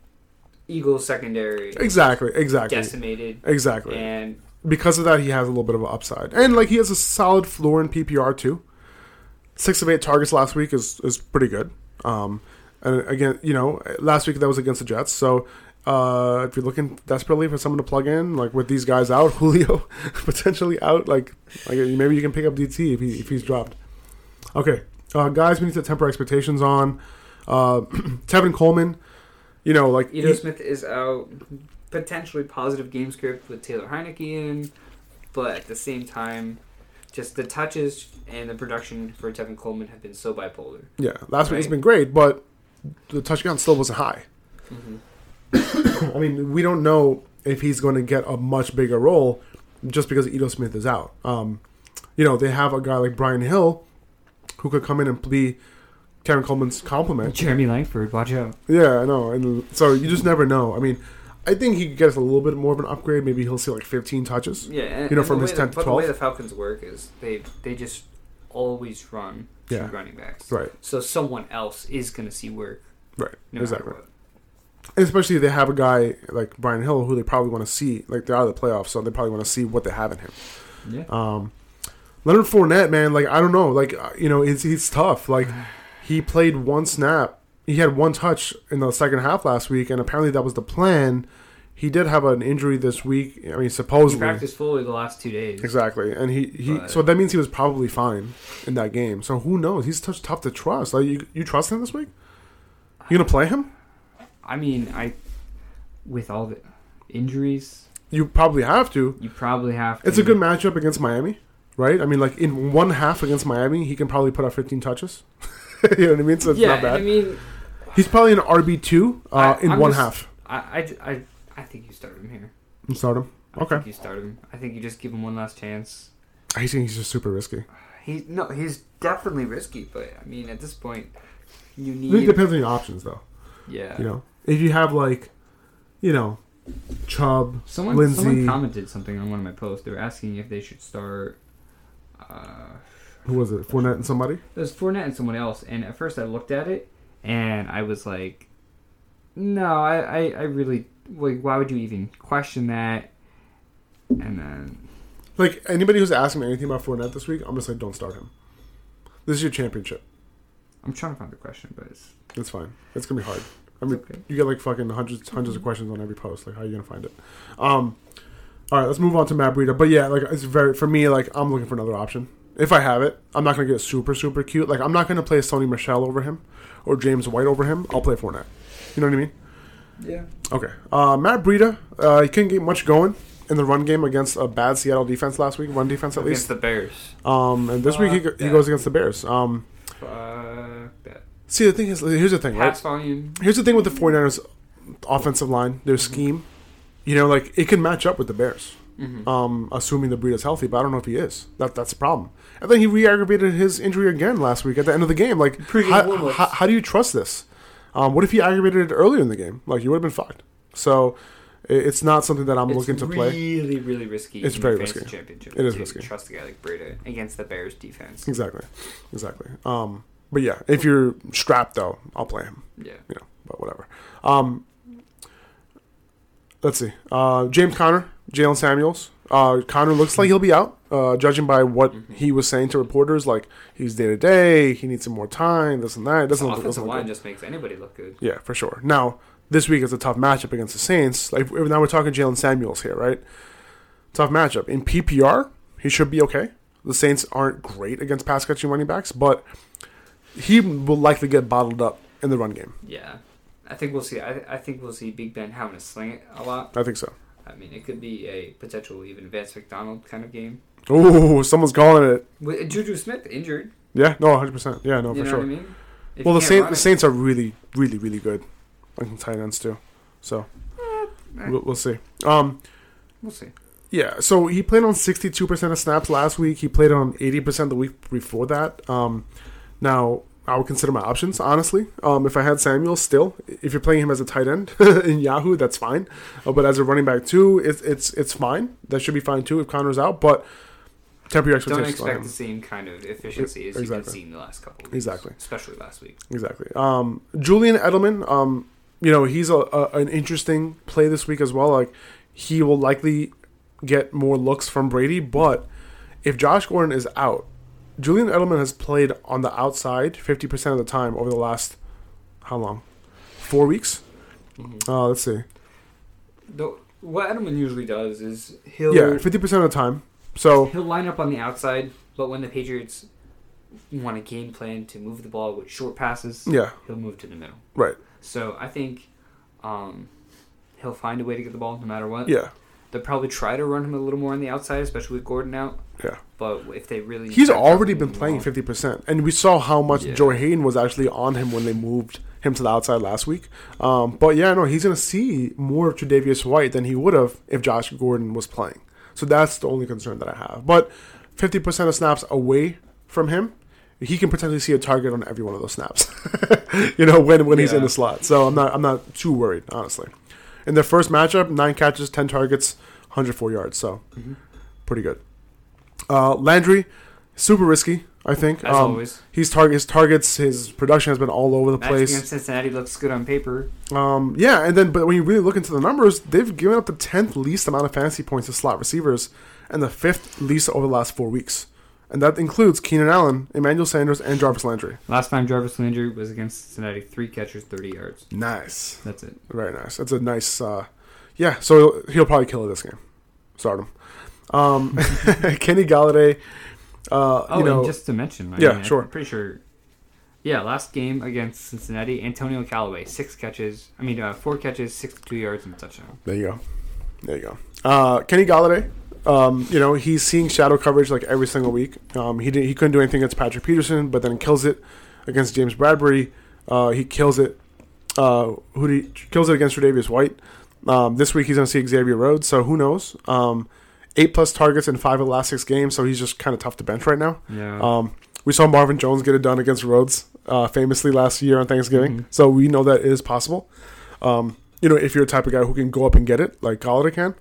Speaker 2: Eagles secondary
Speaker 1: Exactly. Exactly.
Speaker 2: decimated,
Speaker 1: Exactly.
Speaker 2: and
Speaker 1: because of that, he has a little bit of an upside, and like he has a solid floor in PPR too. Six of eight targets last week is is pretty good. Um, and again, you know, last week that was against the Jets. So uh, if you're looking desperately for someone to plug in, like with these guys out, Julio potentially out, like like maybe you can pick up DT if he if he's dropped. Okay, uh, guys, we need to temper expectations on uh, Tevin Coleman. You know, like
Speaker 2: Edo Smith is out. Potentially positive game script with Taylor Heineke in, but at the same time, just the touches and the production for Tevin Coleman have been so bipolar.
Speaker 1: yeah, last week has
Speaker 2: Right.
Speaker 1: been great, but the touchdown still wasn't high.
Speaker 2: Mm-hmm.
Speaker 1: I mean, we don't know if he's going to get a much bigger role just because Edo Smith is out. Um, you know, they have a guy like Brian Hill who could come in and be Karen Coleman's complement.
Speaker 2: Jeremy Langford, watch out.
Speaker 1: Yeah, I know. And so you just never know. I mean, I think he gets a little bit more of an upgrade. Maybe he'll see like 15 touches.
Speaker 2: Yeah, and,
Speaker 1: You know,
Speaker 2: and
Speaker 1: from
Speaker 2: the
Speaker 1: his
Speaker 2: way
Speaker 1: 10
Speaker 2: the,
Speaker 1: to
Speaker 2: But the way
Speaker 1: 12.
Speaker 2: the Falcons work is they they just always run two
Speaker 1: Yeah.
Speaker 2: running backs.
Speaker 1: Right,
Speaker 2: So someone else is going to see work.
Speaker 1: right.
Speaker 2: No
Speaker 1: exactly.
Speaker 2: Matter
Speaker 1: And especially if they have a guy like Brian Hill who they probably want to see. Like, they're out of the playoffs, so they probably want to see what they have in him.
Speaker 2: what. Yeah.
Speaker 1: Um, Leonard Fournette, man, like I don't know, like uh, you know, it's it's tough. Like he played one snap, he had one touch in the second half last week, and apparently that was the plan. He did have an injury this week. I mean,
Speaker 2: He
Speaker 1: supposedly,
Speaker 2: practiced fully the last two days.
Speaker 1: exactly, and he, he
Speaker 2: But-
Speaker 1: so that means he was probably fine in that game. So who knows? He's touch tough to trust. Like you, you trust him this week? You gonna play him?
Speaker 2: I mean, I with all the injuries,
Speaker 1: You probably have to.
Speaker 2: you probably have. To,
Speaker 1: It's a good matchup against Miami, right? I mean, like in one half against Miami, he can probably put up 15 touches. you know what I mean? So it's
Speaker 2: yeah,
Speaker 1: not bad.
Speaker 2: I mean,
Speaker 1: He's probably an RB two uh,
Speaker 2: I-
Speaker 1: in
Speaker 2: I'm
Speaker 1: one
Speaker 2: just-
Speaker 1: half.
Speaker 2: I, I, I, I think you start him here.
Speaker 1: And start him.
Speaker 2: I
Speaker 1: Okay.
Speaker 2: think you start him. I think you just give him one last chance.
Speaker 1: I think he's just super risky.
Speaker 2: He no, he's definitely risky, but I mean, at this point, you
Speaker 1: I think
Speaker 2: need.
Speaker 1: it depends on your options, though.
Speaker 2: yeah.
Speaker 1: You know, if you have like, you know, Chubb,
Speaker 2: Someone,
Speaker 1: Lindsay.
Speaker 2: someone commented something on one of my posts. They were asking if they should start. Uh,
Speaker 1: Who was it? Fournette and somebody.
Speaker 2: It was Fournette and someone else, and at first I looked at it and I was like, "No, I, I, I really like. Why would you even question that?" And then
Speaker 1: Like anybody who's asking me anything about Fournette this week, I'm gonna say don't start him. This is your championship.
Speaker 2: I'm trying to find the question, but it's,
Speaker 1: It's fine. It's gonna be hard. I
Speaker 2: it's
Speaker 1: mean,
Speaker 2: okay.
Speaker 1: you get like fucking hundreds hundreds of questions on every post. Like, how are you gonna find it? Um, all right, let's move on to Matt Breida. But yeah, like it's very for me. Like I'm looking for another option. If I have it, I'm not gonna get super super cute. Like I'm not gonna play Sony Michelle over him or James White over him. I'll play Fournette. You know what I mean?
Speaker 2: Yeah.
Speaker 1: Okay. Uh, Matt Breida, uh, he couldn't get much going in the run game against a bad Seattle defense last week. Run defense at
Speaker 2: Against
Speaker 1: least.
Speaker 2: the Bears.
Speaker 1: Um, and this week he, go- he
Speaker 2: Fuck
Speaker 1: goes
Speaker 2: that.
Speaker 1: against the Bears. Um,
Speaker 2: Fuck that.
Speaker 1: see the thing is, here's the thing, right?
Speaker 2: Pass volume.
Speaker 1: Here's the thing with the 49ers offensive line, their
Speaker 2: Mm-hmm.
Speaker 1: scheme. You know, like it can match up with the Bears.
Speaker 2: Mhm.
Speaker 1: Um, assuming the breed is healthy, but I don't know if he is. That that's the problem. And then he re-aggravated his injury again last week at the end of the game. Like,
Speaker 2: Pre-game
Speaker 1: how,
Speaker 2: warm-ups.
Speaker 1: how, how do you trust this? Um, what if he aggravated it earlier in the game? Like, you would have been fucked. So, i- it's not something that I'm
Speaker 2: It's
Speaker 1: looking to play.
Speaker 2: really, really risky.
Speaker 1: It's
Speaker 2: in
Speaker 1: very
Speaker 2: the fantasy
Speaker 1: risky.
Speaker 2: Championship
Speaker 1: It is
Speaker 2: to
Speaker 1: risky.
Speaker 2: Trust a guy like Breda against the Bears defense.
Speaker 1: Exactly, exactly. Um, but yeah, if you're strapped though, I'll play him.
Speaker 2: Yeah.
Speaker 1: you know, but whatever. Um, let's see. Uh, James Conner, Jalen Samuels. Uh, Conner looks like he'll be out, uh, judging by what
Speaker 2: Mhm.
Speaker 1: he was saying to reporters. Like he's day to day, he needs some more time, this and that. It
Speaker 2: This
Speaker 1: doesn't look, doesn't
Speaker 2: offensive
Speaker 1: look
Speaker 2: line
Speaker 1: good.
Speaker 2: just makes anybody look good.
Speaker 1: Yeah, for sure. Now this week is a tough matchup against the Saints. Like now we're talking Jalen Samuels here, right? Tough matchup in PPR. He should be okay. The Saints aren't great against pass catching running backs, but he will likely get bottled up in the run game.
Speaker 2: Yeah. I think we'll see. I, I think we'll see Big Ben having to sling it a lot.
Speaker 1: I think so.
Speaker 2: I mean, it could be a potential even Vance McDonald kind of game.
Speaker 1: Oh, someone's calling it.
Speaker 2: With uh, Juju Smith injured,
Speaker 1: Yeah, no, 100%. Yeah, no,
Speaker 2: you
Speaker 1: Oh, for
Speaker 2: know
Speaker 1: sure.
Speaker 2: what I mean? If
Speaker 1: well, the,
Speaker 2: you can't
Speaker 1: Saint,
Speaker 2: run
Speaker 1: the
Speaker 2: it-
Speaker 1: Saints are really, really, really good. I can tight ends too. So
Speaker 2: Eh,
Speaker 1: we'll, we'll see. Um,
Speaker 2: We'll see.
Speaker 1: yeah, so he played on 62% of snaps last week. He played on 80% the week before that. Um, now, I would consider my options, honestly. Um, if I had Samuel still, if you're playing him as a tight end in Yahoo, that's fine. Uh, but as a running back too, it's it's it's fine. That should be fine too if Connor's out. But temper your
Speaker 2: Don't
Speaker 1: expectations. on him.
Speaker 2: expect the same kind of efficiency as you've
Speaker 1: Exactly.
Speaker 2: been seeing the last couple of weeks.
Speaker 1: Exactly.
Speaker 2: Especially last week.
Speaker 1: Exactly. Um, Julian Edelman, um, you know, he's a, a an interesting play this week as well. Like he will likely get more looks from Brady, but if Josh Gordon is out, Julian Edelman has played on the outside fifty percent of the time over the last how long? Four weeks. Uh, let's see.
Speaker 2: The, what Edelman usually does is he'll
Speaker 1: Yeah, fifty percent of the time. So
Speaker 2: he'll line up on the outside, but when the Patriots want a game plan to move the ball with short passes,
Speaker 1: yeah,
Speaker 2: he'll move to the middle.
Speaker 1: right.
Speaker 2: So I think um, he'll find a way to get the ball no matter what.
Speaker 1: Yeah,
Speaker 2: They'll probably try to run him a little more on the outside, especially with Gordon out.
Speaker 1: yeah.
Speaker 2: But if they really
Speaker 1: He's
Speaker 2: start
Speaker 1: already
Speaker 2: dropping
Speaker 1: been
Speaker 2: the
Speaker 1: playing
Speaker 2: ball-
Speaker 1: fifty percent, and we saw how much
Speaker 2: Yeah.
Speaker 1: Joe Hayden was actually on him when they moved him to the outside last week. Um, but yeah, no, he's going to see more of Tre'Davious White than he would have if Josh Gordon was playing. So that's the only concern that I have. But fifty percent of snaps away from him, he can potentially see a target on every one of those snaps. you know, when when he's in
Speaker 2: Yeah.
Speaker 1: the slot. So I'm not I'm not too worried honestly. In their first matchup, nine catches, ten targets, 104 yards. So pretty good. Uh, Landry, super risky. I think.
Speaker 2: As
Speaker 1: um,
Speaker 2: always.
Speaker 1: he's target his targets. His production has been all over the
Speaker 2: Match
Speaker 1: place.
Speaker 2: against Cincinnati looks good on paper.
Speaker 1: Um, yeah, and then but when you really look into the numbers, they've given up the tenth least amount of fantasy points to slot receivers, and the fifth least over the last four weeks, and that includes Keenan Allen, Emmanuel Sanders, and Jarvis Landry.
Speaker 2: Last time Jarvis Landry was against Cincinnati, three catches, 30 yards.
Speaker 1: Nice,
Speaker 2: That's it.
Speaker 1: very nice. That's a nice. Uh, yeah, so he'll probably kill it this game. Start him. Um, Kenny Galladay. Uh,
Speaker 2: Oh,
Speaker 1: you know,
Speaker 2: and just to mention, I
Speaker 1: Yeah,
Speaker 2: I'm
Speaker 1: sure.
Speaker 2: pretty sure. Yeah, last game against Cincinnati, Antonio Callaway, six catches. I mean, uh, four catches, 62 yards, and a touchdown.
Speaker 1: There you go. There you go. Uh, Kenny Galladay, um, you know, he's seeing shadow coverage like every single week. Um, he did, he couldn't do anything against Patrick Peterson, but then kills it against James Bradbury. Uh, he kills it. Uh, who do he, kills it against Tre'Davious White? Um, this week he's going to see Xavier Rhodes, so who knows? Um, eight plus targets in five of the last six games, so he's just kind of tough to bench right now.
Speaker 2: Yeah.
Speaker 1: Um, we saw Marvin Jones get it done against Rhodes uh, famously last year on Thanksgiving,
Speaker 2: Mhm.
Speaker 1: so we know that it is possible. Um, you know, if you're a type of guy who can go up and get it, like Galladay can,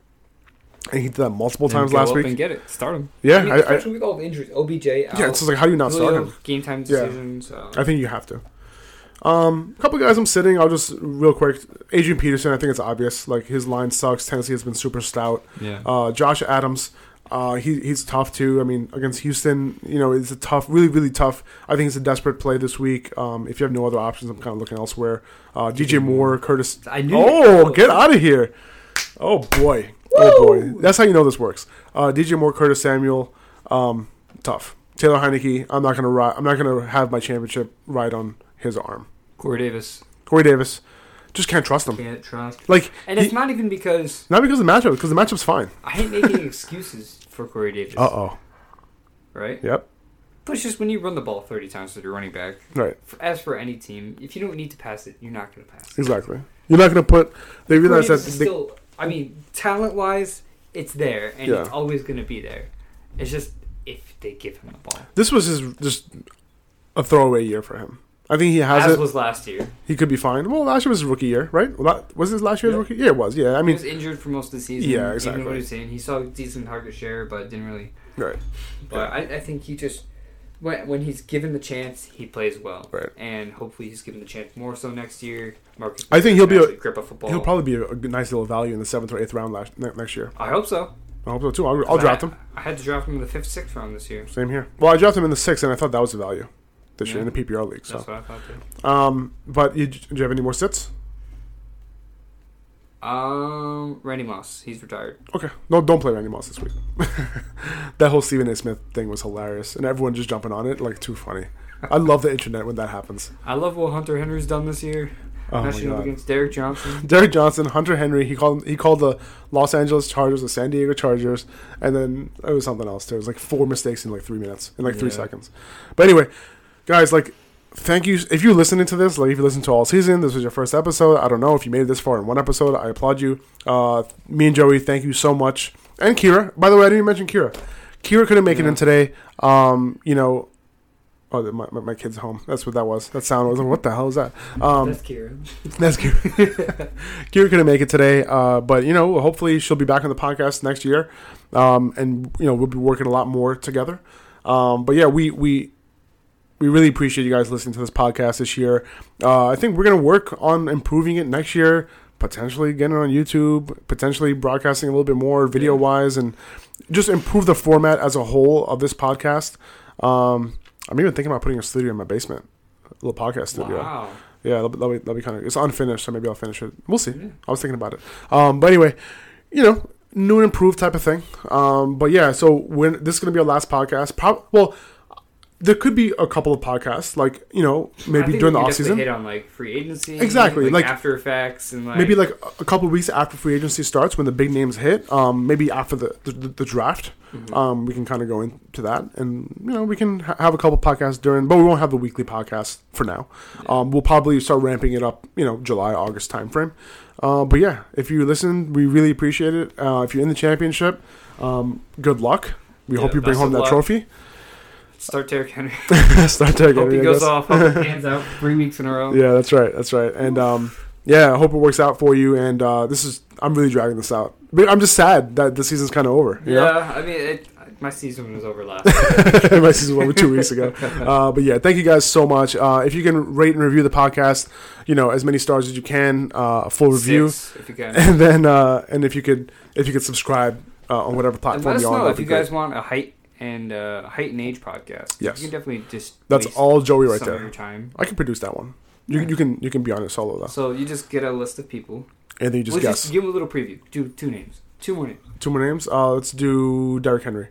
Speaker 1: And he did that multiple times
Speaker 2: Go
Speaker 1: last
Speaker 2: up
Speaker 1: week.
Speaker 2: And get it. Start him.
Speaker 1: yeah,
Speaker 2: I mean,
Speaker 1: I, I,
Speaker 2: especially with all the injuries. OBJ out.
Speaker 1: yeah. It's just like how do you not start
Speaker 2: Julio,
Speaker 1: him?
Speaker 2: game time
Speaker 1: Yeah.
Speaker 2: decision. So
Speaker 1: I think you have to. Um, a couple guys I'm sitting. I'll just real quick. Adrian Peterson. I think it's obvious. Like his line sucks. Tennessee has been super stout.
Speaker 3: Yeah.
Speaker 1: Uh, Josh Adams. Uh, he, he's tough too. I mean, against Houston, you know, it's a tough, really, really tough. I think it's a desperate play this week. Um, if you have no other options, I'm kind of looking elsewhere. Uh, DJ Moore, Curtis.
Speaker 2: I knew.
Speaker 1: Oh, get out of here! Oh boy, oh boy. That's how you know this works. Uh, DJ Moore, Curtis Samuel, um, tough. Taylor Heineke. I'm not gonna ride. I'm not gonna have my championship ride on his arm.
Speaker 2: Corey Davis
Speaker 1: Corey Davis, just can't trust him.
Speaker 2: can't trust.
Speaker 1: Like
Speaker 2: And
Speaker 1: he-
Speaker 2: it's not even because
Speaker 1: not because of the matchup, because the matchup's fine.
Speaker 2: I hate making excuses for Corey Davis.
Speaker 1: Uh oh.
Speaker 2: Right.
Speaker 1: Yep.
Speaker 2: But it's just when you run the ball 30 times with your running back.
Speaker 1: Right.
Speaker 2: For, as for any team, if you don't need to pass it, you're not going to pass. it.
Speaker 1: Exactly. You're not going to put. They realize that.
Speaker 2: Corey Davis is
Speaker 1: They,
Speaker 2: still, I mean, talent wise, it's there and it's
Speaker 1: Yeah.
Speaker 2: always going to be there. It's just if they give him the ball,
Speaker 1: this was his just a throwaway year for him. I think he has
Speaker 2: as
Speaker 1: it.
Speaker 2: was last year.
Speaker 1: he could be fine. Well, last year was his rookie year, right? Well, that, was his last year's
Speaker 2: Yeah.
Speaker 1: rookie? Yeah, it was. Yeah, I
Speaker 2: He
Speaker 1: mean,
Speaker 2: was injured for most of the season.
Speaker 1: Yeah,
Speaker 2: Even
Speaker 1: exactly.
Speaker 2: what he was saying, he saw a decent target share, but didn't really.
Speaker 1: right.
Speaker 2: But I, I think he just when when he's given the chance, he plays well.
Speaker 1: Right.
Speaker 2: And hopefully, he's given the chance more so next year. Marcus
Speaker 1: I think he'll
Speaker 2: can
Speaker 1: be a-
Speaker 2: actually grip a football.
Speaker 1: He'll probably be a, a good- nice little value in the seventh or eighth round last, ne- next year.
Speaker 2: I hope so.
Speaker 1: I hope so too. I'll, I'll draft him.
Speaker 2: I had to draft him in the fifth, sixth round this year.
Speaker 1: Same here. Well, I drafted him in the sixth, and I thought that was a value this year
Speaker 2: Yeah.
Speaker 1: in the PPR league.
Speaker 2: That's
Speaker 1: So,
Speaker 2: what I thought too.
Speaker 1: um, but you, do you have any more sits?
Speaker 2: Um, Randy Moss, he's retired.
Speaker 1: Okay. No, don't play Randy Moss this week. that whole Stephen A. Smith thing was hilarious, and everyone just jumping on it like too funny. I love the internet when that happens.
Speaker 2: I love what Hunter Henry's done this year.
Speaker 1: Oh my
Speaker 2: Matching up
Speaker 1: god.
Speaker 2: against Derek Johnson.
Speaker 1: Derek Johnson, Hunter Henry. He called he called the Los Angeles Chargers, the San Diego Chargers, and then it was something else. There was like four mistakes in like three minutes, in like three
Speaker 2: Yeah.
Speaker 1: seconds. But anyway, guys, like, thank you if you listening to this. Like, if you listened to all season, this was your first episode. I don't know if you made it this far in one episode. I applaud you. Uh, me and Joey, thank you so much. And Kira, by the way, I didn't even mention Kira. Kira couldn't make it
Speaker 2: Yeah.
Speaker 1: in today. Um, you know. Oh, my, my, my kid's home. That's what that was. That sound I was. Like, what the hell is that? Um,
Speaker 2: That's Kieran.
Speaker 1: that's good. Kira couldn't make it today, uh, but you know, hopefully she'll be back on the podcast next year, um, and you know we'll be working a lot more together. Um, but yeah, we we we really appreciate you guys listening to this podcast this year. Uh, I think we're gonna work on improving it next year, potentially getting it on YouTube, potentially broadcasting a little bit more video wise, and just improve the format as a whole of this podcast. Um, I'm even thinking about putting a studio in my basement, a little podcast studio.
Speaker 2: Wow.
Speaker 1: Yeah, that'll, be- that'll be, that'll be kind of. It's unfinished, so maybe I'll finish it. We'll see.
Speaker 2: Yeah.
Speaker 1: I was thinking about it. Um, but anyway, you know, new and improved type of thing. Um, but yeah, so when this is gonna be our last podcast. Prob- well, there could be a couple of podcasts, like you know,
Speaker 2: I
Speaker 1: maybe
Speaker 2: think
Speaker 1: during the
Speaker 2: we
Speaker 1: off
Speaker 2: could definitely
Speaker 1: season,
Speaker 2: Hit on like free agency.
Speaker 1: Exactly,
Speaker 2: Like,
Speaker 1: like-
Speaker 2: After Effects and like
Speaker 1: maybe like a- a couple of weeks after free agency starts, when the big names hit. Um, maybe after the the, the draft,
Speaker 2: mm-hmm.
Speaker 1: um, we can kind of go into that, and you know, we can ha- have a couple podcasts during, but we won't have the weekly podcast for now. Um, we'll probably start ramping it up, you know, July August timeframe. Uh, but yeah, if you listen, we really appreciate it. Uh, if you're in the championship, um, good luck. We
Speaker 2: Yeah,
Speaker 1: hope you bring
Speaker 2: best
Speaker 1: home
Speaker 2: of
Speaker 1: that
Speaker 2: luck.
Speaker 1: trophy.
Speaker 2: start Derek Henry.
Speaker 1: Start taking
Speaker 2: Hope he
Speaker 1: it, I
Speaker 2: goes
Speaker 1: guess.
Speaker 2: off, hope he hands out three weeks in a row.
Speaker 1: Yeah, that's right. That's right. And um, yeah, I hope it works out for you. And uh, this is I'm really dragging this out. But I'm just sad that the season's kind of over. You know?
Speaker 2: Yeah, I mean, it, my season was over last. year.
Speaker 1: my season was over two weeks ago. Uh, but yeah, thank you guys so much. Uh, if you can rate and review the podcast, you know as many stars as you can, uh, a full review,
Speaker 2: Six, if you can. And
Speaker 1: and then uh, and if you could if you could subscribe uh, on whatever
Speaker 2: let
Speaker 1: platform
Speaker 2: us
Speaker 1: you're on,
Speaker 2: know
Speaker 1: that'd
Speaker 2: if
Speaker 1: be
Speaker 2: you
Speaker 1: great.
Speaker 2: guys want a height and uh, height and age podcast.
Speaker 1: Yes.
Speaker 2: you can definitely just
Speaker 1: That's
Speaker 2: waste
Speaker 1: all Joey right
Speaker 2: some Of your
Speaker 1: there.
Speaker 2: time.
Speaker 1: I can produce that one. You, you can you can be on it solo though,
Speaker 2: So you just get a list of people.
Speaker 1: and then you just
Speaker 2: we'll
Speaker 1: guess
Speaker 2: just give them a little preview. Do two names, two more names,
Speaker 1: two more names. Uh, let's do Derrick Henry.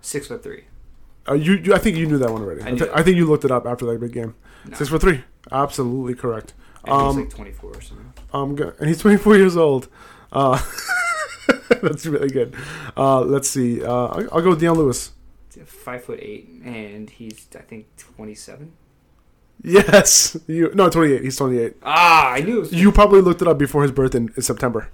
Speaker 2: six foot three.
Speaker 1: Uh, you, you, I think you knew that one already.
Speaker 2: I
Speaker 1: I,
Speaker 2: knew
Speaker 1: thi-
Speaker 2: that.
Speaker 1: I think you looked it up after that big game.
Speaker 2: No.
Speaker 1: Six for three, absolutely correct.
Speaker 2: I think it's
Speaker 1: um,
Speaker 2: like twenty four or something.
Speaker 1: I'm go- Um, and he's 24 years old. Uh, that's really good. Uh, let's see. Uh, I- I'll go with Deion Lewis.
Speaker 2: Five foot eight, and he's I think twenty seven.
Speaker 1: Yes, you no 28. He's 28.
Speaker 2: Ah, I knew. It was
Speaker 1: You probably looked it up before his birth in, in September.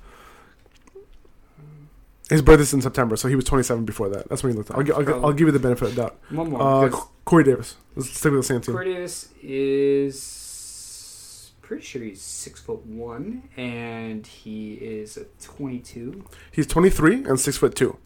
Speaker 1: His birth is in September, so he was 27 before that. That's when he looked. Up. I'll, gi- I'll, gi- I'll give you the benefit of the doubt.
Speaker 2: one more.
Speaker 1: Uh,
Speaker 2: because
Speaker 1: Corey Davis. Let's stick with the same team.
Speaker 2: Corey Davis is pretty sure he's six foot one, and he is a twenty-two.
Speaker 1: He's 23 and six foot two.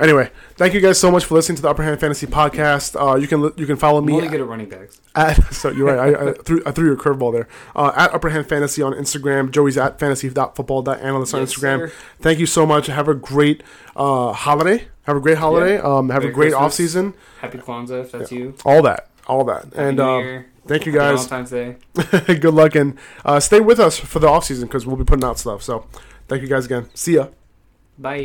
Speaker 1: Anyway, thank you guys so much for listening to the Upper Hand Fantasy Podcast. Uh, you can li- you can follow
Speaker 2: I'm
Speaker 1: me
Speaker 2: only good at running backs.
Speaker 1: at so you're right. I, I threw I threw your curveball there. Uh, at Upper Hand Fantasy on Instagram. Joey's at fantasy.football.analyst on
Speaker 2: Yes,
Speaker 1: Instagram.
Speaker 2: sir.
Speaker 1: Thank you so much. Have a great uh, holiday. Have a great holiday. Um, have
Speaker 2: Merry
Speaker 1: a great
Speaker 2: Christmas.
Speaker 1: off season.
Speaker 2: Happy Kwanzaa, if that's you.
Speaker 1: All that. All that. and
Speaker 2: Happy New
Speaker 1: um,
Speaker 2: Year.
Speaker 1: thank you
Speaker 2: Happy
Speaker 1: guys.
Speaker 2: Valentine's Day.
Speaker 1: good luck and uh, stay with us for the off season because we'll be putting out stuff. So thank you guys again. See ya.
Speaker 2: Bye.